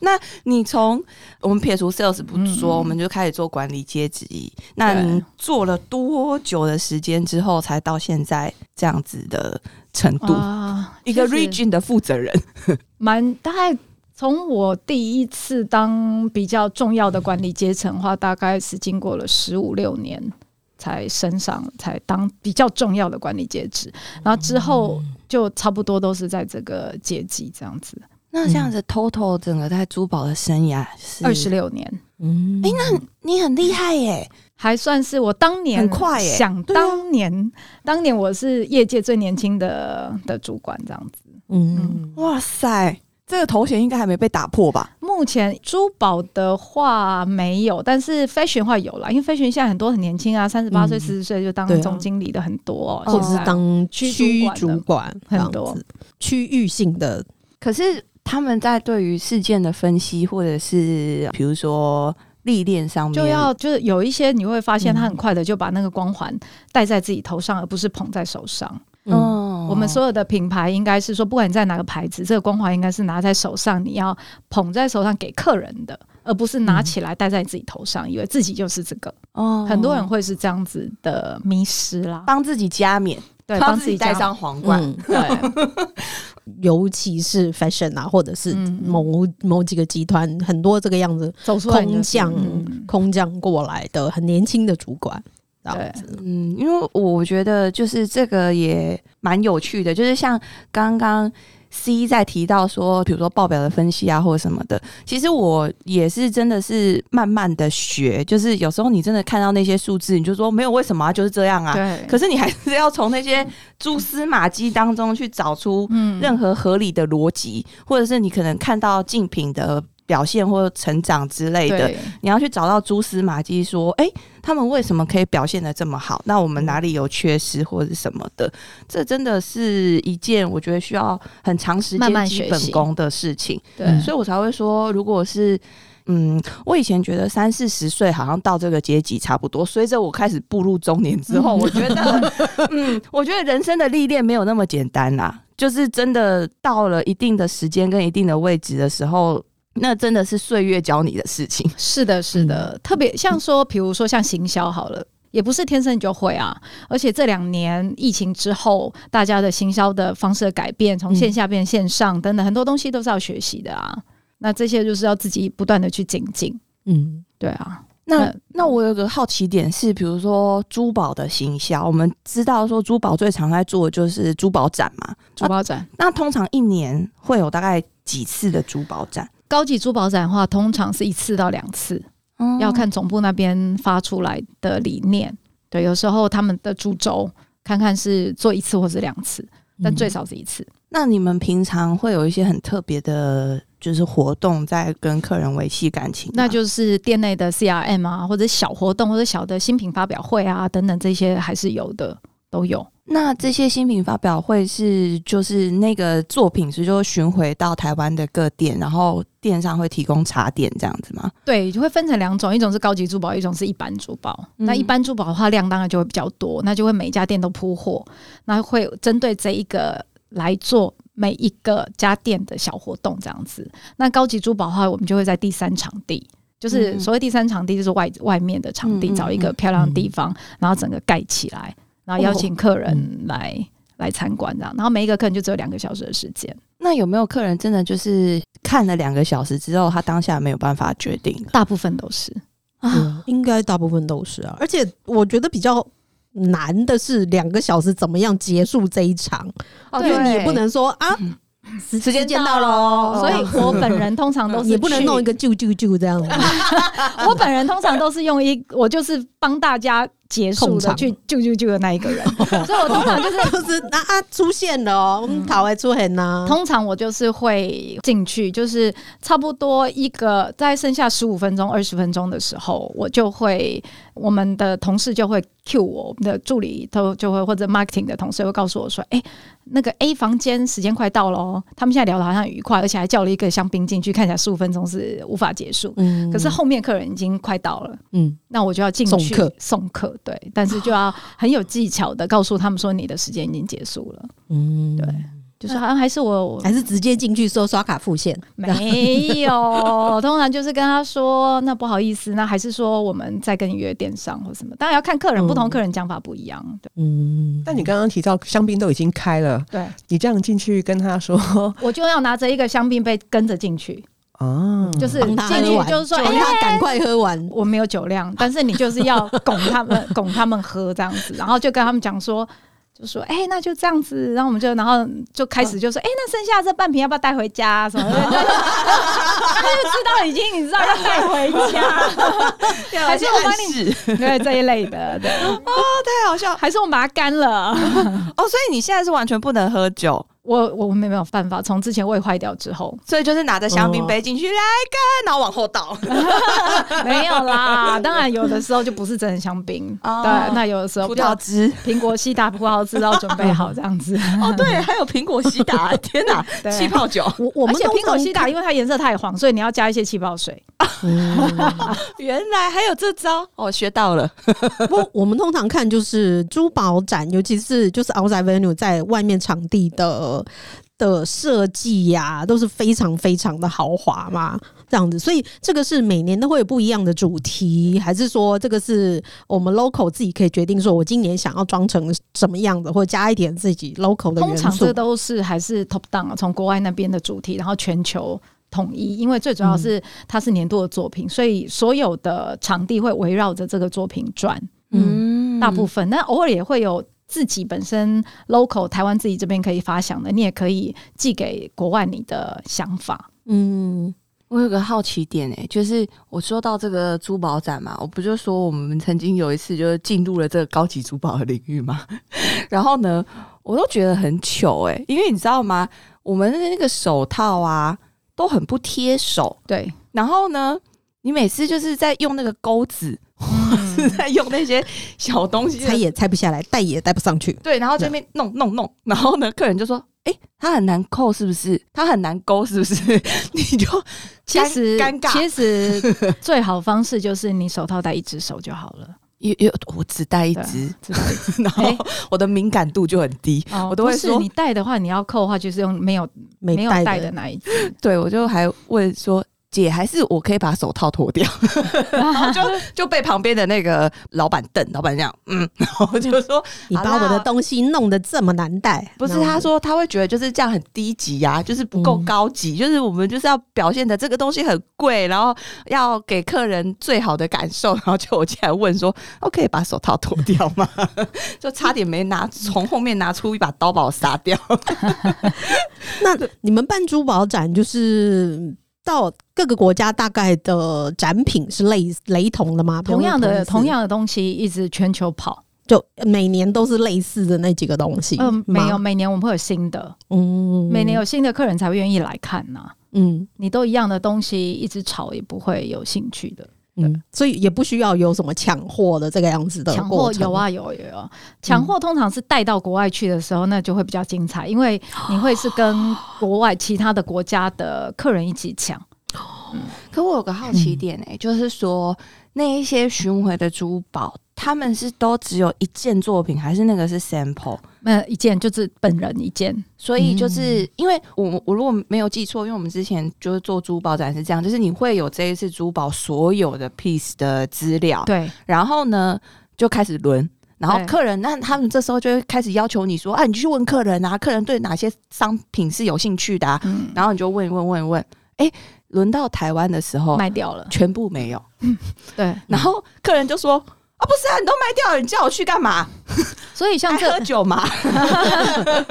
Speaker 1: 那你从我们撇除 sales 不说，
Speaker 4: 嗯
Speaker 1: 我们就开始做管理阶级。那你做了多久的时间之后，才到现在这样子的程度？
Speaker 4: (laughs) 啊，
Speaker 1: 一个
Speaker 4: 确实
Speaker 1: region 的负责人，
Speaker 4: 蛮大概。从我第一次当比较重要的管理阶层的话，大概是经过了十五六年才升上，才当比较重要的管理阶职。然后之后就差不多都是在这个阶级这样子，
Speaker 1: 那这样子 total 整个在珠宝的生涯是
Speaker 4: 二十。六年。
Speaker 2: 嗯，
Speaker 1: 哎、那你很厉害耶！
Speaker 4: 还算是我当年
Speaker 1: 很快耶
Speaker 4: 想
Speaker 1: 对啊
Speaker 4: 当年，当年我是业界最年轻的的主管这样子。
Speaker 2: 嗯，
Speaker 1: 哇塞，这个头衔应该还没被打破吧？
Speaker 4: 目前珠宝的话没有，但是 fashion 的话有啦，因为 fashion 现在很多很年轻啊，三十八岁、
Speaker 2: 嗯
Speaker 4: 四十岁就当
Speaker 2: 对啊
Speaker 4: 总经理的很多、哦，
Speaker 2: 或者是
Speaker 4: 现在
Speaker 2: 当
Speaker 4: 区
Speaker 2: 区
Speaker 4: 主
Speaker 2: 主管这样
Speaker 4: 很多
Speaker 2: 子，嗯区域性的
Speaker 1: 可是他们在对于事件的分析，或者是比如说历练上面，
Speaker 4: 就要就是有一些你会发
Speaker 2: 嗯
Speaker 4: 现，他很快的就把那个光环戴在自己头上，而不是捧在手上。
Speaker 2: 嗯，
Speaker 1: 嗯
Speaker 4: 我们所有的品牌应该是说，不管你在哪个牌子，这个光环应该是拿在手上，你要捧在手上给客人的，而不是
Speaker 2: 嗯
Speaker 4: 拿起来戴在自己头上，以为自己就是这个。
Speaker 1: 哦
Speaker 4: 很多人会是这样子的迷失啦，
Speaker 1: 帮自己加冕，
Speaker 4: 对，
Speaker 1: 帮
Speaker 4: 帮自己
Speaker 1: 戴
Speaker 4: 加。
Speaker 1: 上皇冠。
Speaker 2: 嗯，
Speaker 4: 对，
Speaker 2: 尤其是 fashion 啊，或者是
Speaker 4: 嗯
Speaker 2: 某某几个集团，很多这个样子
Speaker 4: 走出来就
Speaker 2: 空
Speaker 4: 是
Speaker 2: 降
Speaker 4: 嗯
Speaker 2: 空降过来的很年轻的主管，这样子，
Speaker 1: 嗯，因为我觉得就是这个也蛮有趣的，就是像刚刚 C 在提到说，比如说报表的分析啊，或者什么的，其实我也是真的是慢慢的学，就是有时候你真的看到那些数字，你就说没有为什么、啊、就是这样啊，
Speaker 4: 嗯对，
Speaker 1: 可是你还是要从那些蛛丝马迹当中去找出
Speaker 4: 嗯
Speaker 1: 任何合理的逻辑，或者是你可能看到竞品的表现或成长之类的，
Speaker 4: 对
Speaker 1: 你要去找到蛛丝马迹，说，哎、他们为什么可以表现的这么好？那我们哪里有缺失或者什么的？这真的是一件我觉得需要很长时
Speaker 4: 慢慢
Speaker 1: 间基
Speaker 4: 学
Speaker 1: 本
Speaker 4: 习
Speaker 1: 功的事情，
Speaker 4: 对，
Speaker 1: 所以我才会说，如果是。嗯，我以前觉得三四十岁好像到这个阶级差不多。随着我开始步入中年之后，我觉得，嗯，我觉得人生的历练没有那么简单啦。就是真的到了一定的时间跟一定的位置的时候，那真的是岁月教你的事情。
Speaker 4: 是的，是的，特别像说，比如说像行销好了。也不是天生你就会啊，而且这两年疫情之后，大家的行销的方式的改变，从线下变线上等等，很多东西都是要学习的啊。那这些就是要自己不断的去精进，
Speaker 2: 嗯。
Speaker 4: 对啊，
Speaker 1: 那
Speaker 4: 那
Speaker 1: 那我有个好奇点是，比如说珠宝的行销，我们知道说珠宝最常在做的就是珠宝展嘛，
Speaker 4: 珠宝展、
Speaker 1: 那通常一年会有大概几次的珠宝展？
Speaker 4: 高级珠宝展的话，通常是一次到两次，哦
Speaker 1: 哦
Speaker 4: 要看总部那边发出来的理念。对，有时候他们的主轴看看是做一次或是两次，但
Speaker 2: 嗯
Speaker 4: 最少是一次。
Speaker 1: 那你们平常会有一些很特别的，就是活动在跟客人维系感情吗？
Speaker 4: 那就是店内的 CRM 啊，或者小活动，或者小的新品发表会啊等等，这些还是有的，都有。
Speaker 1: 那这些新品发表会是就是那个作品是就巡回到台湾的各店，然后店上会提供茶点这样子吗？
Speaker 4: 对，就会分成两种，一种是高级珠宝，一种是一般珠宝。
Speaker 1: 嗯
Speaker 4: 那一般珠宝的话，量当然就会比较多，那就会每一家店都铺货，那会针对这一个来做每一个家店的小活动这样子。那高级珠宝的话，我们就会在第三场地。就是
Speaker 1: 嗯
Speaker 4: 所谓第三场地，就是外外面的场地，
Speaker 1: 嗯嗯哦
Speaker 4: 找一个漂亮的地方，然后整个盖起来，然后邀请客
Speaker 1: 嗯
Speaker 4: 人来、来参观这样。然后每一个客人就只有两个小时的时间，
Speaker 1: 那有没有客人真的就是看了两个小时之后，他当下没有办法决定的
Speaker 4: 大部分都是
Speaker 1: 啊？
Speaker 2: 嗯应该大部分都是啊。而且我觉得比较难的是两个小时怎么样结束这一场，
Speaker 1: 哦
Speaker 2: 因为你也
Speaker 1: 对
Speaker 2: 不能说啊，
Speaker 4: 嗯
Speaker 2: 时
Speaker 1: 时间
Speaker 2: 间
Speaker 1: 到哦啊
Speaker 2: 了。
Speaker 1: 喽，
Speaker 4: 所以我本人通
Speaker 1: (laughs)
Speaker 4: 常都是
Speaker 2: 也不能
Speaker 4: 去 (laughs)
Speaker 2: 弄一个啾啾啾这样子， (laughs)
Speaker 4: 我本人通常都是用一，我就是帮大家结束
Speaker 2: 控
Speaker 4: 的
Speaker 2: 场
Speaker 4: 去救救救的那
Speaker 2: (laughs)
Speaker 4: 一个人，所以我通常就是。
Speaker 2: 就是那啊出现了哦，嗯讨还出现呐，
Speaker 4: 通常我就是会进去，就是差不多一个在剩下十五分钟、二十分钟的时候，我就会我们的同事就会 cue 我，我们的助理都就会或者 marketing 的同事会告诉我说：“哎、那个 A 房间时间快到了哦。”他们现在聊的好像很愉快，而且还叫了一个香槟进去，看起来十五分钟是无法结束。
Speaker 2: 嗯
Speaker 4: 可是后面客人已经快到了，
Speaker 2: 嗯
Speaker 4: 那我就要进去
Speaker 2: 送客
Speaker 4: 送客，对，但是就要很有技巧的告诉他们说你的时间已经结束了，
Speaker 2: 嗯，
Speaker 4: 对，就是好像还是我我
Speaker 2: 还是直接进去说刷卡付现，
Speaker 4: 没
Speaker 2: (laughs)
Speaker 4: 有，通常就是跟他说，那不好意思，那还是说我们再跟你约电商或什么，当然要看客人，
Speaker 2: 嗯
Speaker 4: 不同客人讲法不一样。对，
Speaker 2: 嗯，
Speaker 3: 但你刚刚提到香槟都已经开了，
Speaker 4: 对
Speaker 3: 你这样进去跟他说 (laughs)
Speaker 4: 我就要拿着一个香槟杯跟着进去，
Speaker 3: 啊，
Speaker 4: 就是
Speaker 2: 帮他
Speaker 4: 进
Speaker 2: 喝完，
Speaker 4: 去就是说，
Speaker 2: 让
Speaker 4: 哎、
Speaker 2: 他赶快喝完，
Speaker 4: 我没有
Speaker 1: (laughs)
Speaker 4: 酒量，但是你就是要拱他们， (laughs) 拱他们喝这样子，然后就跟他们讲说。就说哎、那就这样子，然后我们就然后就开始就说哎、那剩下这半瓶要不要带回家、啊什么的， (laughs) 他就知道已经你知道要带回家，
Speaker 1: (laughs) 啊
Speaker 4: 还是我帮你
Speaker 1: 你
Speaker 4: 对这一类的，对，
Speaker 1: 太好笑
Speaker 4: 还是我们把它干了。 (laughs)
Speaker 1: 哦！所以你现在是完全不能喝酒，
Speaker 4: 我我没有办法，从之前胃坏掉之后
Speaker 1: 所以就是拿着香槟杯进去、来干，然后往后倒。
Speaker 4: 没有
Speaker 1: (laughs)
Speaker 4: 啦。当然有的时候就不是真的香槟，
Speaker 1: 哦
Speaker 4: 对，那有的时候
Speaker 1: (laughs) 葡萄汁
Speaker 4: 苹果西打葡萄汁要准备好这样子。
Speaker 1: 哦，对，还有苹果西打， (laughs) 天哪，
Speaker 4: 对
Speaker 1: 气泡酒，
Speaker 2: 我我
Speaker 4: 而
Speaker 2: 们
Speaker 4: 且苹果西打，
Speaker 2: 打，
Speaker 4: 因为它颜色太黄，所以你要加一些气泡水。
Speaker 2: 嗯
Speaker 1: (laughs) 原来还有这招，哦，学到了。
Speaker 2: 不，我们通常看就是珠宝展，尤其是就是 outside venue 在外面场地的的设计呀，都是非常非常的豪华嘛，这样子。所以这个是每年都会有不一样的主题，还是说这个是我们 local 自己可以决定，说我今年想要装成什么样子，或者加一点自己 local 的
Speaker 4: 通
Speaker 2: 元
Speaker 4: 常
Speaker 2: 素
Speaker 4: 这？都是还是 top down 从国外那边的主题，然后全球。统一，因为最主要
Speaker 1: 嗯
Speaker 4: 是它是年度的作品，所以所有的场地会围绕着这个作品转。
Speaker 2: 嗯
Speaker 1: 嗯，
Speaker 4: 大部分，那偶尔也会有自己本身 local 台湾自己这边可以发想的，你也可以寄给国外你的想法。
Speaker 2: 嗯
Speaker 1: 我有个好奇点哎、就是我说到这个珠宝展嘛，我不就说我们曾经有一次就是进入了这个高级珠宝的领域嘛， (laughs) 然后呢，我都觉得很糗哎、因为你知道吗，我们的那个手套啊都很不贴手，
Speaker 4: 对，
Speaker 1: 然后呢，你每次就是在用那个钩子，
Speaker 4: 嗯
Speaker 1: 是在用那些小东西的时候
Speaker 2: 拆也拆不下来，戴也戴不上去。
Speaker 1: 对，然后这边弄弄弄，然后呢，客人就说：“哎、他很难扣，是不是？他很难勾，是不 (laughs) 是？”你就
Speaker 4: 其实
Speaker 1: 尴尬
Speaker 4: 其实
Speaker 1: (laughs)
Speaker 4: 最好方式就是你手套戴一只手就好了，
Speaker 1: 有有，我只戴一
Speaker 4: 对
Speaker 1: 啊只，
Speaker 4: 只戴一只
Speaker 1: (laughs) 然后
Speaker 4: 哎
Speaker 1: 我的敏感度就很低，
Speaker 4: 哦
Speaker 1: 我都会
Speaker 4: 不是
Speaker 1: 说
Speaker 4: 你戴的话，你要扣的话就是用没有
Speaker 2: 没
Speaker 4: 有戴
Speaker 2: 戴
Speaker 4: 的
Speaker 2: 的，
Speaker 4: 那一只。
Speaker 1: (laughs) 对我就还问说。姐，还是我可以把手套脱掉， (laughs) 然后就就被旁边的那个老板瞪，老板这样，嗯， (laughs) 然后就说
Speaker 2: 你把
Speaker 1: 好
Speaker 2: 我的
Speaker 1: 啦
Speaker 2: 东西弄得这么难戴，
Speaker 1: 不是，
Speaker 2: 那我
Speaker 1: 他说他会觉得就是这样很低级呀、就是不够
Speaker 2: 嗯
Speaker 1: 高级，就是我们就是要表现的这个东西很贵，然后要给客人最好的感受，然 (laughs) 后就我竟然问说，OK，把手套脱掉吗？ (laughs) 就差点没拿从后面拿出一把刀把我杀掉。
Speaker 2: (laughs) 那你们办珠宝展，就是到各个国家大概的展品是类雷同的吗？
Speaker 4: 同样的
Speaker 2: 比方说
Speaker 4: 同样的东西一直全球跑，
Speaker 2: 就每年都是类似的那几个东西。
Speaker 4: 嗯，没有，
Speaker 2: 吗，
Speaker 4: 每年我们会有新的，
Speaker 2: 嗯
Speaker 4: 每年有新的客人才会愿意来看呐、
Speaker 2: 嗯
Speaker 4: 你都一样的东西一直炒，也不会有兴趣的。
Speaker 2: 嗯，所以也不需要有什么抢货的这个样子的
Speaker 4: 抢货
Speaker 2: 过程
Speaker 4: 有，啊有有有，抢货通常是带到国外去的时候，那就会比较精彩，因为你会是跟国外其他的国家的客人一起抢。
Speaker 1: 可我有个好奇点
Speaker 4: 嗯
Speaker 1: 哎、就是说那一些巡回的珠宝，他们是都只有一件作品，还是那个是 sample？
Speaker 4: 那一件就是本人一件，
Speaker 1: 所以就是、
Speaker 4: 嗯
Speaker 1: 因为我我如果没有记错，因为我们之前就是做珠宝展是这样，就是你会有这一次珠宝所有的 piece 的资料，
Speaker 2: 哦
Speaker 4: 对，
Speaker 1: 然后呢就开始轮。然后
Speaker 4: 对
Speaker 1: 客人，那他们这时候就会开始要求你说：“啊，你去问客人啊，客人对哪些商品是有兴趣的、啊。
Speaker 4: 嗯，
Speaker 1: 然后你就问一问问一问，哎，轮到台湾的时候，
Speaker 4: 卖掉了，
Speaker 1: 全部没有。
Speaker 4: 对，
Speaker 1: 然后客人就说：“啊，不是啊，你都卖掉了，你叫我去干嘛？
Speaker 4: 所以像
Speaker 1: 还
Speaker 4: 这
Speaker 1: 喝酒嘛？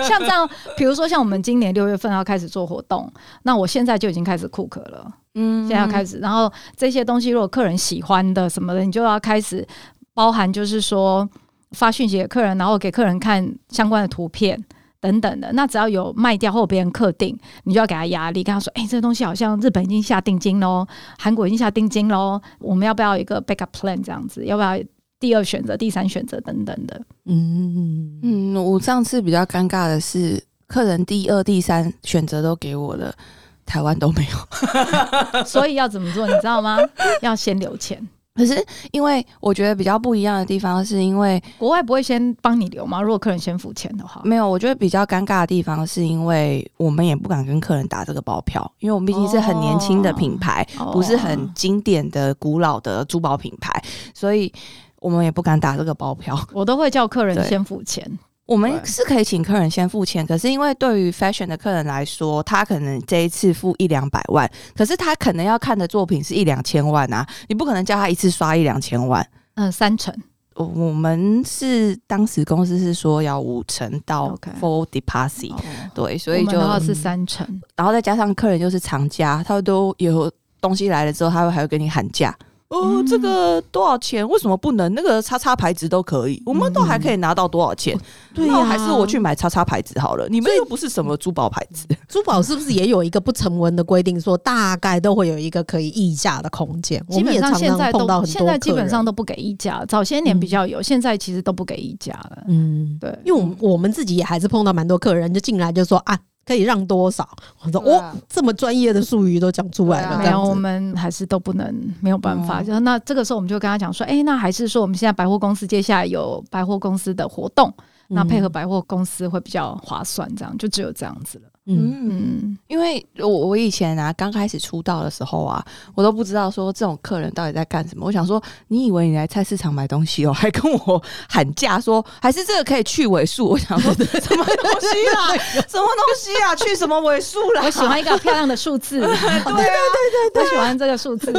Speaker 4: 像这样，比如说像我们今年六月份要开始做活动，那我现在就已经开始 cook 了。
Speaker 1: 嗯
Speaker 4: 现在要开
Speaker 1: 始
Speaker 4: 始，然后这些东西如果客人喜欢的什么的，你就要开始包含就是说发讯息给客人，然后给客人看相关的图片。等等的，那只要有卖掉或有别人客定，你就要给他压力，跟他说：“哎、这个东西好像日本已经下定金喽，韩国已经下定金喽，我们要不要有一个 backup plan 这样子？要不要第二选择、第三选择等等的？
Speaker 2: 嗯嗯
Speaker 1: 嗯，我上次比较尴尬的是，客人第二、第三选择都给我了，台湾都没有。 (laughs)
Speaker 4: 所以要怎么做，你知道吗？要先留钱。
Speaker 1: 可是因为我觉得比较不一样的地方，是因为
Speaker 4: 国外不会先帮你留吗？如果客人先付钱的话，
Speaker 1: 没有，我觉得比较尴尬的地方，是因为我们也不敢跟客人打这个包票，因为我们毕竟是很年轻的品牌，
Speaker 4: 哦
Speaker 1: 不是很经典的古老的珠宝品牌，所以我们也不敢打这个包票。
Speaker 4: 我都会叫客人
Speaker 1: 对
Speaker 4: 先付钱。
Speaker 1: 我们
Speaker 4: 对
Speaker 1: 是可以请客人先付钱，可是因为对于 fashion 的客人来说，他可能这一次付一两百万，可是他可能要看的作品是一两千万啊，你不可能叫他一次刷一两千万。
Speaker 4: 嗯，三成。
Speaker 1: 我我们是当时公司是说要五成到
Speaker 4: OK
Speaker 1: full deposit，、对，所
Speaker 4: 哦我
Speaker 1: 以
Speaker 4: 们
Speaker 1: 就
Speaker 4: 的话
Speaker 2: 嗯
Speaker 4: 是三成。
Speaker 1: 然后再加上客人又是藏家，他都有东西来了之后，他会还会跟你喊价。哦，
Speaker 4: 嗯
Speaker 1: 这个多少钱？为什么不能？那个叉叉牌子都可以，我们都还可以拿到多少钱？
Speaker 2: 对
Speaker 1: 那
Speaker 2: 呀、
Speaker 1: 我还是我去买叉叉牌子好了。你们又不是什么珠宝牌子，
Speaker 2: 珠宝是不是也有一个不成文的规定，说大概都会有一个可以议价的空间？我
Speaker 4: 基
Speaker 2: 们
Speaker 4: 本
Speaker 2: 也
Speaker 4: 上
Speaker 2: 常
Speaker 4: 现在
Speaker 2: 常
Speaker 4: 都
Speaker 2: 碰到很多
Speaker 4: 现在基
Speaker 2: 客
Speaker 4: 本
Speaker 2: 人
Speaker 4: 上都不给溢价，早些年比较有，现在其实都不给溢价了。
Speaker 2: 嗯，
Speaker 4: 对，
Speaker 2: 因为我们我们自己也还是碰到蛮多客人，就进来就说啊，可以让多少？我说、
Speaker 1: 对
Speaker 2: 哦
Speaker 1: 啊，
Speaker 2: 这么专业的术语都讲出来
Speaker 1: 对啊
Speaker 2: 了，这
Speaker 4: 没有，
Speaker 2: 样
Speaker 4: 我
Speaker 2: 子。嗯
Speaker 4: 们还是都不能没有办法。
Speaker 1: 嗯
Speaker 4: 就那这个时候，我们就跟他讲说，哎、那还是说我们现在百货公司接下来有百货公司的活动，那配
Speaker 2: 嗯
Speaker 4: 合百货公司会比较划算，这样就只有这样子了。
Speaker 2: (laughs) 嗯，
Speaker 1: 嗯
Speaker 4: 嗯，
Speaker 1: 因为我我以前啊，刚开始出道的时候啊，我都不知道说这种客人到底在干什么。我想说，你以为你来菜市场买东西哦， (laughs) 还跟我喊价说，还是这个可以去尾数？我 (laughs) 想说，什么东西 (laughs) 啦？什么东西啊？去什么尾数啦？
Speaker 4: 我喜欢一个漂亮的数 (laughs) 字，对啊对啊对对，我啊喜欢这个数字。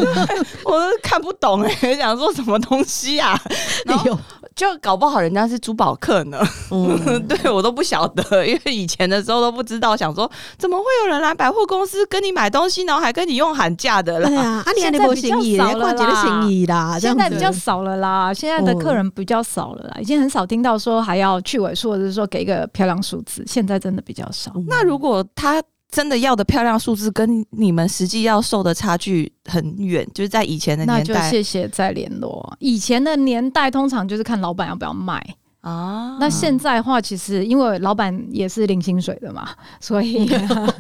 Speaker 1: 我都看不懂哎、想说什么东西啊？然后
Speaker 2: 有，
Speaker 1: 就搞不好人家是珠宝客呢，
Speaker 2: 哎
Speaker 1: (laughs)
Speaker 2: 嗯，
Speaker 1: 对我都不晓得，因为以前的时候都不知道，想说怎么会有人来百货公司跟你买东西，然后还跟你用喊价的啦？
Speaker 2: 对啊，啊，你还
Speaker 4: 现在
Speaker 2: 没
Speaker 4: 比
Speaker 2: 嫌
Speaker 4: 较
Speaker 2: 疑，
Speaker 4: 少
Speaker 2: 人家逛
Speaker 4: 了
Speaker 2: 街的
Speaker 4: 啦
Speaker 2: 嫌疑啦，这
Speaker 4: 现
Speaker 2: 样
Speaker 4: 在
Speaker 2: 子
Speaker 4: 比较少了啦，现在的客人比较少了啦，已经很少听到说还要去尾数，或者是说给一个漂亮数字，现在真的比较少。
Speaker 1: (laughs)
Speaker 2: 嗯
Speaker 1: 那如果他真的要的漂亮数字跟你们实际要售的差距很远，就是在以前的
Speaker 4: 那
Speaker 1: 年
Speaker 4: 就
Speaker 1: 代
Speaker 4: 谢谢再联络。以前的年代通常就是看老板要不要卖，
Speaker 1: 啊 (laughs)
Speaker 4: 那现在的话其实因为老板也是领薪水的嘛，所 (laughs) 以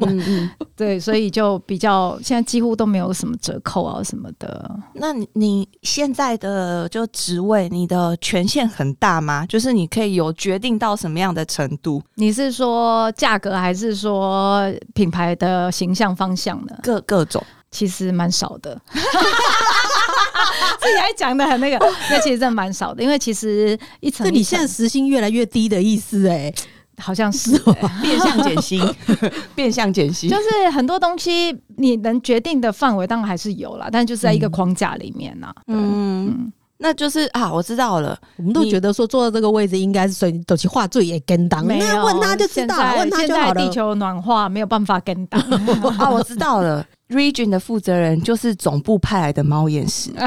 Speaker 1: 嗯嗯，
Speaker 4: 对，所以就比较现在几乎都没有什么折扣啊什么的。
Speaker 1: 那你你现在的就职位，你的权限很大吗？就是你可以有决定到什么样的程度？
Speaker 4: 你是说价格还是说品牌的形象方向呢？
Speaker 1: 各各种。
Speaker 4: 其实蛮少的。 (laughs) 自己还讲的很那个，那其实真的蛮少的，因为其实一层
Speaker 2: 这
Speaker 4: 一
Speaker 2: 你
Speaker 4: 层
Speaker 2: 现在时薪越来越低的意思哎、
Speaker 4: 好像是、欸，
Speaker 1: 变相减薪， (laughs) 变相减薪
Speaker 4: 就。是很多东西你能决定的范围当然还是有啦，但就是在
Speaker 2: 嗯
Speaker 4: 一个框架里面呐、嗯
Speaker 1: 嗯，
Speaker 4: 嗯，
Speaker 1: 那就是啊，我知道了。
Speaker 2: 我们都
Speaker 1: 你
Speaker 2: 觉得说坐到这个位置应该是水斗气话最也跟当，
Speaker 4: 没有
Speaker 2: 啊那问他就知道
Speaker 4: 现
Speaker 2: 了，
Speaker 4: 在
Speaker 2: 问他就好
Speaker 4: 现在
Speaker 2: 了
Speaker 4: 地。球暖化没有办法
Speaker 2: (laughs)
Speaker 4: 跟到， (laughs)
Speaker 1: 啊，我知道了。Region 的负责人就是总部派来的猫眼石，
Speaker 4: 就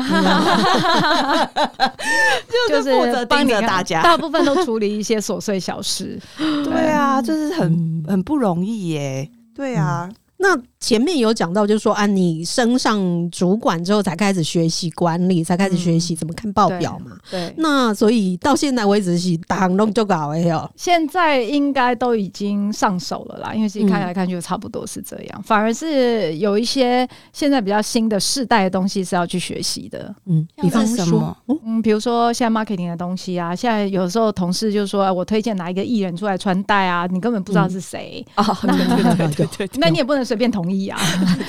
Speaker 4: 是
Speaker 1: 负责
Speaker 4: 帮
Speaker 1: 盯
Speaker 4: 你
Speaker 1: 着
Speaker 4: 看
Speaker 1: 大家。
Speaker 4: 大部分都处理一些琐碎小
Speaker 2: (laughs)
Speaker 4: 事。
Speaker 1: 对啊，就是很
Speaker 2: 嗯
Speaker 1: 很不容易耶。对啊，
Speaker 2: 那前面有讲到，就是说啊，你升上主管之后才开始学习管理，才开始学习怎么看报表嘛。
Speaker 4: 嗯对，
Speaker 2: 那所以到现在为止是打行动就搞哎哟，
Speaker 4: 现在应该都已经上手了啦，因为其实看
Speaker 2: 嗯
Speaker 4: 来看去差不多是这样，反而是有一些现在比较新的世代的东西是要去学习的。
Speaker 2: 嗯，
Speaker 1: 像
Speaker 2: 比方
Speaker 1: 是什
Speaker 2: 说
Speaker 1: 么，
Speaker 2: 哦
Speaker 4: 嗯，比如说现在 marketing 的东西啊，现在有时候同事就说、哎我推荐哪一个艺人出来穿戴啊，你根本不知道
Speaker 2: 嗯
Speaker 4: 是谁，
Speaker 1: 啊，
Speaker 2: 对
Speaker 1: 对对
Speaker 4: 那你也不能随便同意
Speaker 2: (laughs)
Speaker 4: 啊，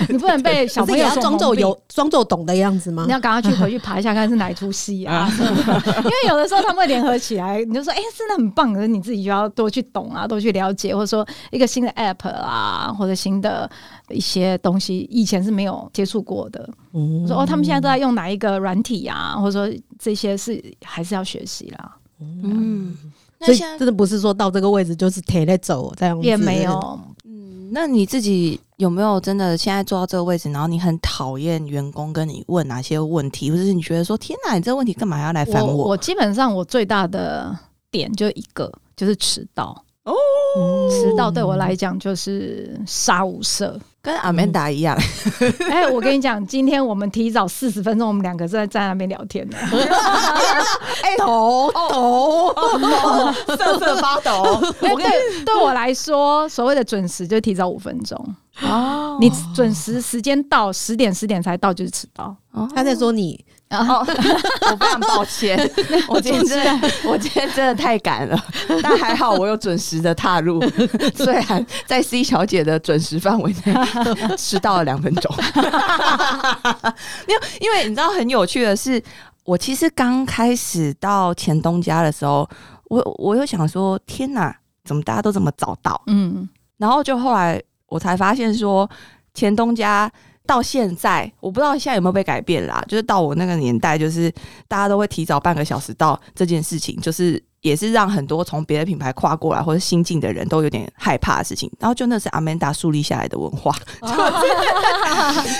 Speaker 4: 你不能被小
Speaker 2: 可
Speaker 4: 朋
Speaker 2: 是也
Speaker 4: 友
Speaker 2: 要
Speaker 4: 所
Speaker 2: 装
Speaker 4: 蒙
Speaker 2: 作
Speaker 4: 蔽啊
Speaker 2: 有装作懂的样子吗
Speaker 4: 你？要赶快去回去爬一下，看是哪一出戏嗯啊？什么的因为有的时候他们会联合起来，你就说：“哎、真的很棒。”可是你自己就要多去懂啊，多去了解，或者说一个新的 app 啊，或者新的一些东西，以前是没有接触过的。
Speaker 2: 嗯
Speaker 4: 我说：“哦，他们现在都在用哪一个软体啊？”或者说这些是还是要学习啦，
Speaker 1: 嗯，
Speaker 2: 所
Speaker 1: 那
Speaker 2: 以
Speaker 1: 现
Speaker 2: 真
Speaker 1: 在
Speaker 2: 的不是说到这个位置就是铁在走这样子，
Speaker 4: 也没有。
Speaker 1: 嗯那你自己有没有真的现在坐到这个位置，然后你很讨厌员工跟你问哪些问题，或者是你觉得说天哪，你这个问题干嘛要来烦
Speaker 4: 我
Speaker 1: 我？
Speaker 4: 我基本上我最大的点就一个，就是迟到。迟到对我来讲就是杀无赦。
Speaker 1: 跟阿曼达一样，
Speaker 4: (laughs) 哎，我跟你讲，今天我们提早四十分钟，我们两个在在那边聊
Speaker 1: (laughs)
Speaker 4: 天呢。
Speaker 1: 哎，抖抖抖，瑟瑟发抖。
Speaker 4: 我哎对对我来说，所谓的准时就是提早五分钟。
Speaker 1: 哦
Speaker 4: 你准时时间到十点十点才到就是迟到。
Speaker 2: 他在说你，
Speaker 4: 然后
Speaker 1: (laughs) 哦，我非常抱歉，我今天真的，我今天真的太赶了，但还好我有准时的踏入，虽然在 C 小姐的准时范围内迟到了两分钟。没有，因为你知道很有趣的是，我其实刚开始到前东家的时候，我我又想说，天哪，怎么大家都这么早到？
Speaker 4: 嗯，
Speaker 1: 然后就后来我才发现说，前东家到现在，我不知道现在有没有被改变啦，就是到我那个年代，就是大家都会提早半个小时到这件事情，就是也是让很多从别的品牌跨过来或者新进的人都有点害怕的事情。然后就那是阿曼达树立下来的文化，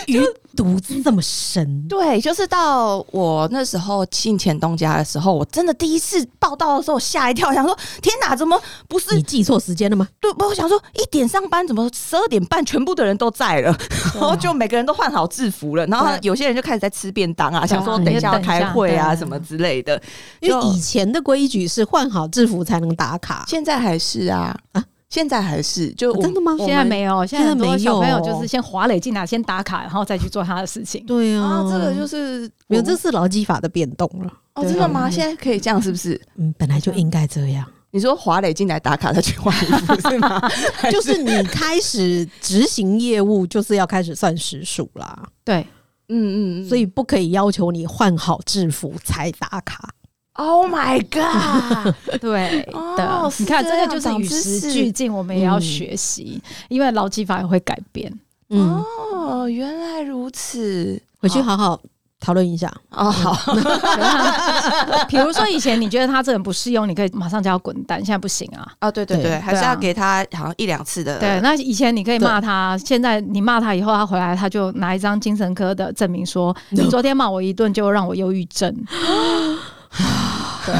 Speaker 2: 余毒这么深，
Speaker 1: (laughs) 对，就是到我那时候进前东家的时候，我真的第一次报道的时候我吓一跳，想说天哪，怎么不是
Speaker 2: 你记错时间了吗？
Speaker 1: 对，不，我想说一点上班，怎么十二点半全部的人都在了，然后就每个人都换好制服了，然后有些人就开始在吃便当啊，想说等一下要开会啊
Speaker 4: 对
Speaker 1: 什么之类的。
Speaker 2: 因为
Speaker 1: 就
Speaker 2: 以前的规矩是换好制服才能打卡，
Speaker 1: 现在还是啊，
Speaker 2: 啊
Speaker 1: 现在还是就
Speaker 2: 啊
Speaker 1: 我
Speaker 2: 真的吗？
Speaker 4: 现在没有，现在很多
Speaker 2: 现在
Speaker 4: 小
Speaker 2: 没
Speaker 4: 朋
Speaker 2: 有
Speaker 4: 友就是先滑垒进来，先打卡，然后再去做他的事情。
Speaker 2: 对
Speaker 1: 啊
Speaker 2: 啊，，
Speaker 1: 这个就是
Speaker 2: 没有，
Speaker 1: 我
Speaker 2: 这是劳基法的变动了。
Speaker 1: 哦，真的吗？现在可以这样是不是？
Speaker 2: 嗯，本来就应该这样，
Speaker 1: 你说华磊进来打卡再去换衣 (laughs) 服是吗？还
Speaker 2: (laughs) 就是你开始执行业务，就是要开始算时数啦，
Speaker 4: 对，
Speaker 1: 嗯嗯，嗯
Speaker 2: 所以不可以要求你换好制服才打卡。
Speaker 1: Oh my (laughs) God！
Speaker 4: 对
Speaker 1: 哦
Speaker 4: 的，
Speaker 1: 是
Speaker 4: 你看
Speaker 1: 这
Speaker 4: 这个
Speaker 1: 样
Speaker 4: 就是
Speaker 1: 长
Speaker 4: 与
Speaker 1: 知
Speaker 4: 时
Speaker 1: 识
Speaker 4: 俱进，我们也要
Speaker 2: 嗯
Speaker 4: 学习，因为劳基法也会改变。 (laughs)
Speaker 2: 嗯，
Speaker 1: 哦，原来如此。
Speaker 2: 回去好好讨论一下。
Speaker 1: 哦，好，
Speaker 4: 啊 (laughs) 比如说以前你觉得他这个人不适用，你可以马上叫他滚蛋，现在不行啊。
Speaker 1: 哦，对对
Speaker 2: 对
Speaker 1: 对，还是
Speaker 4: 对啊
Speaker 1: 要给他好像一两次的
Speaker 4: 对，那以前你可以骂他，现在你骂他以后，他回来他就拿一张精神科的证
Speaker 2: (laughs)
Speaker 4: 明说，你昨天骂我一顿就让我忧郁症。对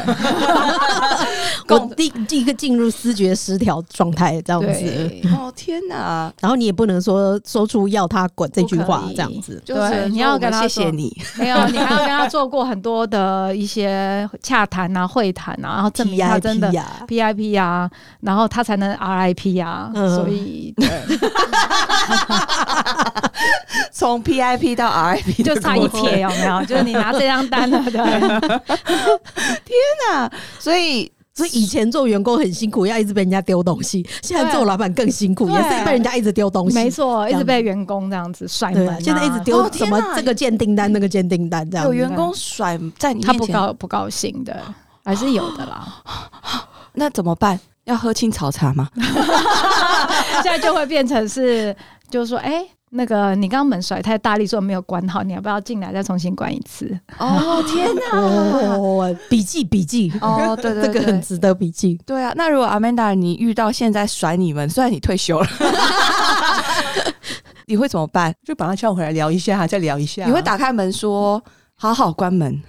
Speaker 2: 我第第一个进入思觉失调状态这样子，
Speaker 4: 对，
Speaker 1: 哦天哪！
Speaker 2: 然后你也不能说说出要他滚这句
Speaker 4: 不
Speaker 2: 话
Speaker 4: 可以
Speaker 2: 这样子。
Speaker 1: 就
Speaker 4: 对
Speaker 1: 是
Speaker 4: 你要跟他
Speaker 1: 谢谢
Speaker 4: 说
Speaker 1: 你，
Speaker 4: (laughs) (laughs) 没有，你还要跟他做过很多的一些洽谈啊、会谈啊，然后证明他真的
Speaker 2: TIP 呀
Speaker 4: PIP 啊，然后他才能 RIP 啊，
Speaker 2: 嗯 (laughs)
Speaker 4: 所以
Speaker 1: 从 PIP 到 RIP
Speaker 4: 就
Speaker 1: 的
Speaker 4: 差
Speaker 1: 过
Speaker 4: 一
Speaker 1: 程
Speaker 4: 撇有没有？就是你拿这张单
Speaker 2: (laughs)
Speaker 4: 了，对，
Speaker 1: 呐，所以
Speaker 2: 所以以前做员工很辛苦，要一直被人家丢东西；
Speaker 1: 啊
Speaker 2: 现在
Speaker 4: 对
Speaker 2: 做老板更辛苦，
Speaker 4: 对
Speaker 2: 也是被人家一直丢东西。
Speaker 4: 没错，
Speaker 2: 这
Speaker 4: 一
Speaker 2: 样
Speaker 4: 直
Speaker 2: 子
Speaker 4: 被员工这样子甩
Speaker 2: 对
Speaker 4: 门
Speaker 2: 啊
Speaker 4: 啊，，
Speaker 2: 现在一直丢
Speaker 1: 哦
Speaker 2: 什
Speaker 1: 天
Speaker 2: 么
Speaker 1: 哪
Speaker 2: 这个鉴定单、那个鉴定单这样
Speaker 1: 有
Speaker 2: 子。
Speaker 1: 员工甩在你
Speaker 4: 他
Speaker 1: 面
Speaker 4: 不
Speaker 1: 前，
Speaker 4: 高不高兴的，还是有的啦。
Speaker 1: 那怎么办？要喝青草茶吗？ (laughs)
Speaker 4: 现在就会变成是，就是说，哎、那个你刚刚门甩太大力，说没有关好，你要不要进来再重新关
Speaker 1: (laughs)
Speaker 4: 一次？
Speaker 1: 哦天哪！
Speaker 2: 哦，笔记笔记，
Speaker 1: 哦，对对
Speaker 2: 这个很
Speaker 1: 对。
Speaker 2: 值得笔记。
Speaker 1: 对啊，那如果 Amanda 你遇到现在甩你们，虽然你退休了，你会怎么办？
Speaker 3: 就把他叫回来聊一下，再聊一下。
Speaker 1: 你会打开门说好好关门？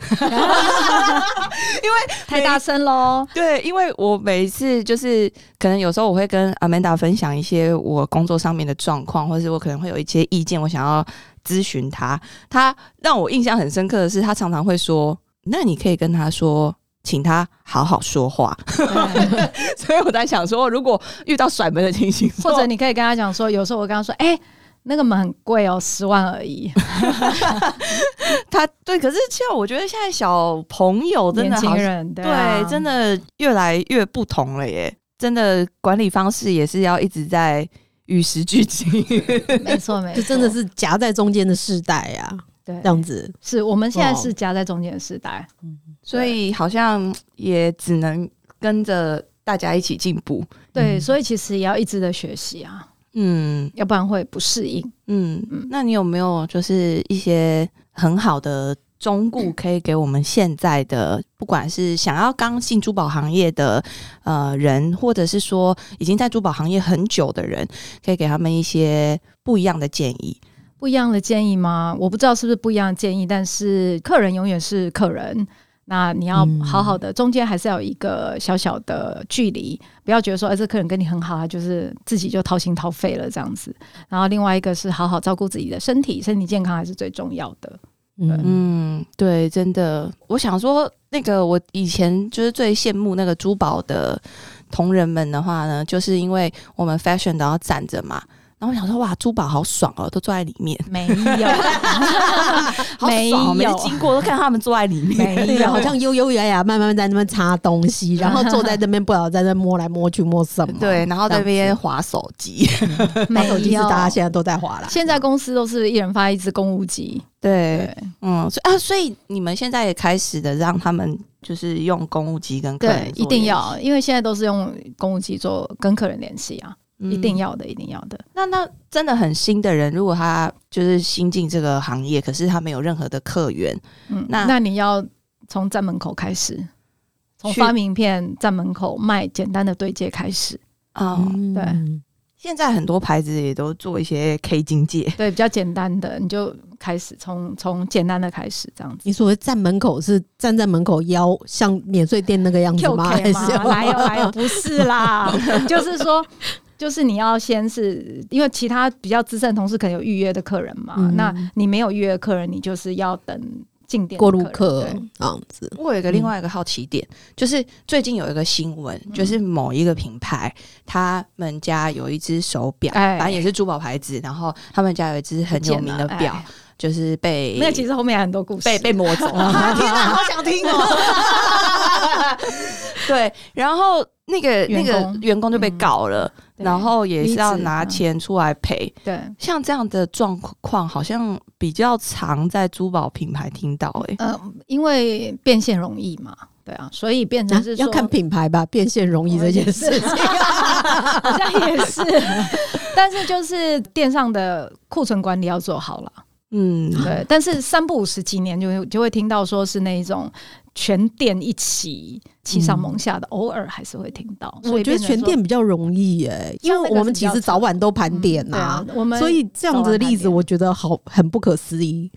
Speaker 4: 太大声喽！ (laughs)
Speaker 1: 对，因为我每一次就是可能有时候我会跟 Amanda 分享一些我工作上面的状况，或者是我可能会有一些意见，我想要咨询他。他让我印象很深刻的是，他常常会说：“那你可以跟他说。”请他好好说
Speaker 4: (laughs)
Speaker 1: 话，
Speaker 4: 对
Speaker 1: 所以我在想说，如果遇到甩门的情形，
Speaker 4: 或者你可以跟他讲说，有时候我跟他说，哎、那个门很贵哦，十万而已。
Speaker 1: 他对，可是现在我觉得现在小朋
Speaker 2: 哦
Speaker 1: 友真
Speaker 4: 年
Speaker 1: 的
Speaker 4: 轻
Speaker 1: 好像
Speaker 4: 人对啊
Speaker 1: 对，真的越来越不同了耶！真的管理方式也是要一直在与时俱进。
Speaker 4: 没错没
Speaker 2: 就
Speaker 4: 错，
Speaker 2: 真的是夹在中间的世代啊，
Speaker 4: 对
Speaker 2: 这，样子。
Speaker 4: 是我们现在
Speaker 1: 哦
Speaker 4: 是夹在中间的时代。
Speaker 1: 嗯所以好像也只能跟着大家一起进步。
Speaker 4: 对，
Speaker 2: 嗯
Speaker 4: 所以其实也要一直的学习啊，
Speaker 1: 嗯
Speaker 4: 要不然会不适应。
Speaker 1: 嗯
Speaker 4: 嗯，
Speaker 1: 那你有没有就是一些很好的中顾可以给我们现在的，不管是想要刚进珠宝行业的呃人，或者是说已经在珠宝行业很久的人，可以给他们一些不一样的建议？
Speaker 4: 不一样的建议吗？我不知道是不是不一样的建议，但是客人永远是客人。那你要
Speaker 2: 嗯
Speaker 4: 好好的，中间还是要有一个小小的距离，不要觉得说，哎、这客人跟你很好，他就是自己就掏心掏肺了这样子。然后另外一个是好好照顾自己的身体，身体健康还是最重要的。
Speaker 2: 嗯，
Speaker 1: 嗯，对，真的，我想说，那个我以前就是最羡慕那个珠宝的同仁们的话呢，就是因为我们 fashion 都要站着嘛，然后我想说，哇，珠宝好爽哦，都坐在里面，
Speaker 4: 没
Speaker 2: (laughs)
Speaker 4: 有，
Speaker 1: (laughs) 好
Speaker 4: 没
Speaker 1: 爽哦每次
Speaker 4: 有，
Speaker 1: 经过都看到他们坐在里面，
Speaker 4: 没
Speaker 2: 对，
Speaker 1: (laughs)
Speaker 4: 有，
Speaker 2: 好像悠悠雅雅慢慢在那边擦东西，然后坐在那边不晓得在那摸来摸去摸什么。
Speaker 1: 对，然后在那
Speaker 2: 这
Speaker 1: 边
Speaker 2: 样
Speaker 1: 划手机，
Speaker 4: 没
Speaker 2: 子，手机是
Speaker 4: 有
Speaker 2: 大家现在都在滑啦。
Speaker 4: 现在公司都是一人发一支公务机，
Speaker 1: 对，
Speaker 4: 对
Speaker 1: 嗯，所以啊，所以你们现在也开始的让他们就是用公务机跟客人
Speaker 4: 对，
Speaker 1: 做
Speaker 4: 一定
Speaker 1: 联
Speaker 4: 要，因为现在都是用公务机做跟客人联系啊，
Speaker 1: 系，
Speaker 4: 一定
Speaker 1: 嗯
Speaker 4: 要的，一定要的。
Speaker 1: 那那真的很新的人，如果他就是新进这个行业，可是他没有任何的客源，
Speaker 4: 嗯，
Speaker 1: 那
Speaker 4: 那你要从站门口开始，从
Speaker 1: 去
Speaker 4: 发名片站门口卖简单的对接开始，
Speaker 1: 啊、
Speaker 2: 嗯
Speaker 4: 对
Speaker 1: 现在很多牌子也都做一些 K 金戒，
Speaker 4: 对，比较简单的你就开始从从简单的开始这样子。
Speaker 2: 你所谓站门口是站在门口腰，像免税店那个样子
Speaker 4: Q
Speaker 2: 吗？
Speaker 4: K
Speaker 2: 还是
Speaker 4: 吗？来哦来哦，不是啦，就是说。就是你要先是因为其他比较资深的同事可能有预约的客人嘛，
Speaker 2: 嗯
Speaker 4: 那你没有预约的客人，你就是要等进店的
Speaker 2: 过路
Speaker 4: 客
Speaker 2: 客
Speaker 4: 人，对
Speaker 2: 这样子？
Speaker 1: (laughs) 我有一个另外一个好奇点，就是最近有一个新闻，就是某一个品牌，他们家有一只手表，
Speaker 4: 哎
Speaker 1: 反正也是珠宝牌子，然后他们家有一只很有名的
Speaker 4: 不见
Speaker 1: 表，
Speaker 4: 了哎
Speaker 1: 就是被
Speaker 4: 那其实后面还有很多故事，
Speaker 1: (laughs) 被被磨走了。天哪，好想听哦！ (laughs) 对，然后那个那
Speaker 4: 员
Speaker 1: 个
Speaker 4: 工
Speaker 1: 员工就被嗯告了，
Speaker 4: 对
Speaker 1: 然后也是要拿
Speaker 4: 离职
Speaker 1: 钱出来赔。
Speaker 4: 对，
Speaker 1: 像这样的状况，好像比较常在珠宝品牌听到、欸。
Speaker 2: 嗯
Speaker 4: 呃，因为变现容易嘛，对啊，所以变成
Speaker 2: 啊
Speaker 4: 是说、
Speaker 2: 要看品牌吧，变现容易这件事情。
Speaker 4: (laughs) 好像也是，但是就是电商的库存管理要做好了，
Speaker 1: 嗯，
Speaker 4: 对。但是三不五十几年就会就会听到说是那一种全店一起欺上蒙下的，偶尔还是会听到。所
Speaker 2: 嗯我
Speaker 4: 以
Speaker 2: 觉得
Speaker 4: 变成
Speaker 2: 全
Speaker 4: 说
Speaker 2: 店比较容易耶、因
Speaker 4: 像那
Speaker 2: 为
Speaker 4: 个
Speaker 2: 我们
Speaker 4: 是比
Speaker 2: 其
Speaker 4: 较
Speaker 2: 实早晚都盘点
Speaker 4: 嗯
Speaker 2: 呐、
Speaker 4: 对啊，我们
Speaker 2: 所以这样子的例子，
Speaker 4: 早晚盘点
Speaker 2: 我觉得好很不可思议，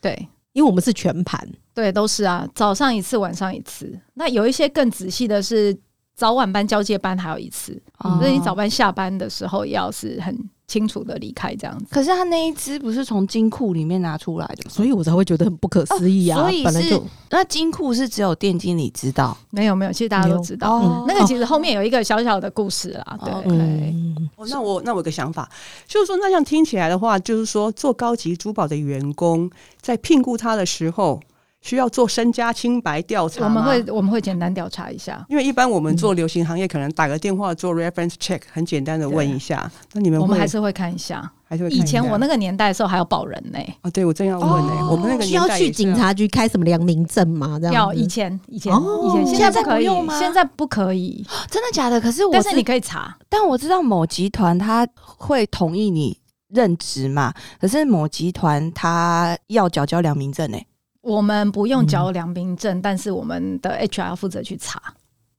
Speaker 4: 对。
Speaker 2: 因为我们是全盘，
Speaker 4: 对，都是啊，早上一次，晚上一次。那有一些更仔细的是早晚班、交接班还有一次，
Speaker 1: 哦
Speaker 4: 所以你早班下班的时候要是很清楚的离开这样子。
Speaker 1: 可是他那一只不是从金库里面拿出来的吗？
Speaker 2: 所以我才会觉得很不可思议啊。
Speaker 1: 哦所以
Speaker 2: 本来就是
Speaker 1: 嗯那金库是只有店经理知道嗯
Speaker 4: 没有没有，其实大家都知道。
Speaker 2: 哦
Speaker 4: 那个其实后面有一个小小的故事啦，对，
Speaker 1: 哦
Speaker 2: 嗯，
Speaker 3: 哦，那我那我有个想法，就是说，那这样听起来的话，就是说，做高级珠宝的员工在聘雇他的时候，需要做身家清白调查
Speaker 4: 我
Speaker 3: 吗
Speaker 4: 们会嗯我们会简单调查一下。
Speaker 3: 因为一般我们做流行行业，可能打个电话做 reference check，很简单的问一下。那你们
Speaker 4: 我们
Speaker 3: 会
Speaker 4: 还是会看一下，
Speaker 3: 还是会看
Speaker 4: 以
Speaker 3: 一
Speaker 4: 前
Speaker 3: 下
Speaker 4: 我那个年代的时候还要保人呢、
Speaker 3: 哦，对我正要问呢、
Speaker 1: 哦
Speaker 3: 我们那个
Speaker 2: 需
Speaker 3: 年
Speaker 2: 要
Speaker 3: 代啊
Speaker 2: 去
Speaker 3: 也是
Speaker 2: 警察局开什么良民证吗？这
Speaker 4: 要
Speaker 2: 样
Speaker 4: 以
Speaker 2: 子
Speaker 4: 前以前、
Speaker 2: 哦
Speaker 4: 以前，
Speaker 1: 现
Speaker 4: 现
Speaker 1: 在
Speaker 4: 在
Speaker 1: 不
Speaker 4: 不可以
Speaker 1: 用吗
Speaker 4: 现在不可以，
Speaker 1: 哦真的假的？可是我
Speaker 4: 但是
Speaker 1: 知
Speaker 4: 你可以查。
Speaker 1: 但我知道某集团他会同意你任职嘛，可是某集团他要缴交良民证欸诶、
Speaker 4: 我们不用
Speaker 3: 嗯
Speaker 4: 交良民证，但是我们的 HR 负责去查。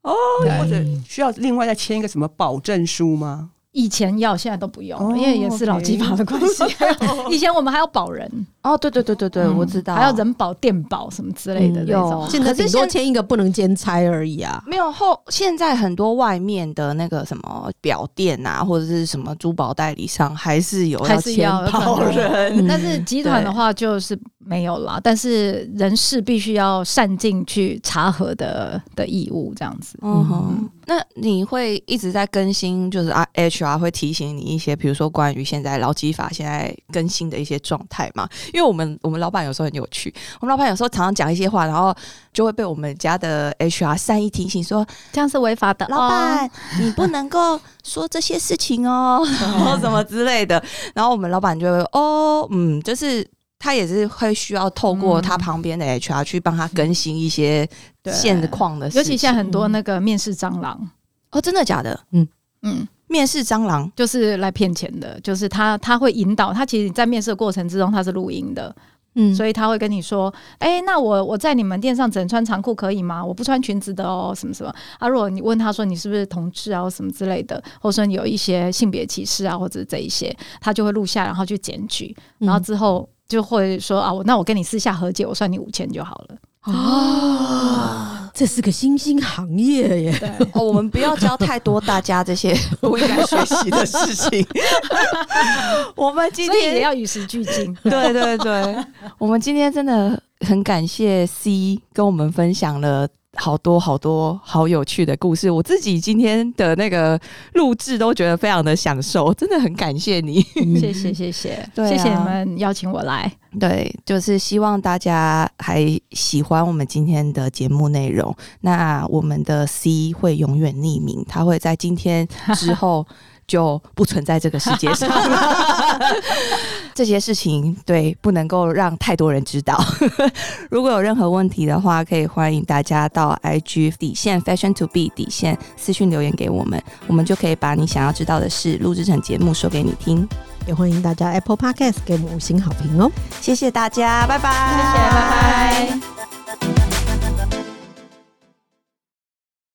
Speaker 3: 哦，
Speaker 4: 对
Speaker 3: 或者需要另外再签一个什么保证书吗？
Speaker 4: 以前要，现在都不用，
Speaker 3: 哦
Speaker 4: 因为也是劳基法的关
Speaker 3: (laughs)
Speaker 4: 系。 (laughs) 以前我们还要保人，
Speaker 1: 哦，对对对对对，
Speaker 4: 嗯
Speaker 1: 我知道，
Speaker 4: 还要人保、电保什么之类的
Speaker 2: 嗯
Speaker 4: 那种。
Speaker 1: 有
Speaker 2: 现在
Speaker 1: 可是
Speaker 2: 顶多
Speaker 1: 现
Speaker 2: 签一个不能兼差而已啊。
Speaker 1: 没有后。现在很多外面的那个什么表店啊，或者是什么珠宝代理商，还是有
Speaker 4: 还是
Speaker 1: 签
Speaker 4: 要
Speaker 1: 保
Speaker 4: 有
Speaker 1: 人。
Speaker 2: 嗯
Speaker 4: (laughs) 但是集团的话就是没有啦，但是人事必须要善尽去查核的的义务，这样子。
Speaker 1: 嗯哼
Speaker 4: 嗯，
Speaker 1: 那你会一直在更新，就是啊 HR 会提醒你一些，比如说关于现在劳基法现在更新的一些状态嘛？因为我们我们老板有时候很有趣，我们老板有时候常常讲一些话，然后就会被我们家的 HR 善意提醒说，
Speaker 4: 这样是违法的。
Speaker 1: 老
Speaker 4: 哦
Speaker 1: 板、你不能够说这些事情哦，然 (laughs) 后什么之类的。然后我们老板就会哦，嗯，就是。他也是会需要透过他旁边的 HR 去帮他更新一些
Speaker 4: 对
Speaker 1: 现况的事情，
Speaker 4: 尤其现在很
Speaker 1: 嗯
Speaker 4: 多那个面试蟑螂，
Speaker 1: 哦，真的假的？
Speaker 4: 嗯，
Speaker 1: 面试蟑螂
Speaker 4: 就是来骗钱的，就是他他会引导他，其实你在面试的过程之中他是录音的，
Speaker 2: 嗯
Speaker 4: 所以他会跟你说：“哎、那我我在你们店上只能穿长裤可以吗？我不穿裙子的哦，什么什么啊？如果你问他说你是不是同志啊，或什么之类的，或者说你有一些性别歧视啊，或者这一些，他就会录下，然后去检举，
Speaker 2: 嗯
Speaker 4: 然后之后就会说啊，我那我跟你私下和解，我算你五千就好了。
Speaker 2: 啊，这是个新兴行业耶。
Speaker 4: (laughs) 对，
Speaker 1: 哦，我们不要教太多大家这些 (laughs) 不应该学习的事情。我们今
Speaker 4: 所以也
Speaker 1: 天
Speaker 4: 要与时俱
Speaker 1: (laughs)
Speaker 4: 进。
Speaker 1: 对对对，我们今天真的很感谢 C 跟我们分享了。好多好多好有趣的故事，我自己今天的那个录制都觉得非常的享受，真的很感谢你。
Speaker 4: 谢谢谢谢，
Speaker 1: 嗯对啊
Speaker 4: 谢谢你们邀请我来。
Speaker 1: 对，就是希望大家还喜欢我们今天的节目内容。那我们的 C 会永远匿名，他会在今天之 (laughs) 后就不存在这个世界上。 (laughs) 这些事情对不能够让太多人知道。 (laughs) 如果有任何问题的话，可以欢迎大家到 IG 底线 Fashion to Be 底线私讯留言给我们，我们就可以把你想要知道的事录制成节目说给你听。
Speaker 2: 也欢迎大家 Apple Podcast 给我们五星好评哦。
Speaker 1: 谢谢大家，拜拜，谢谢，
Speaker 4: 拜拜。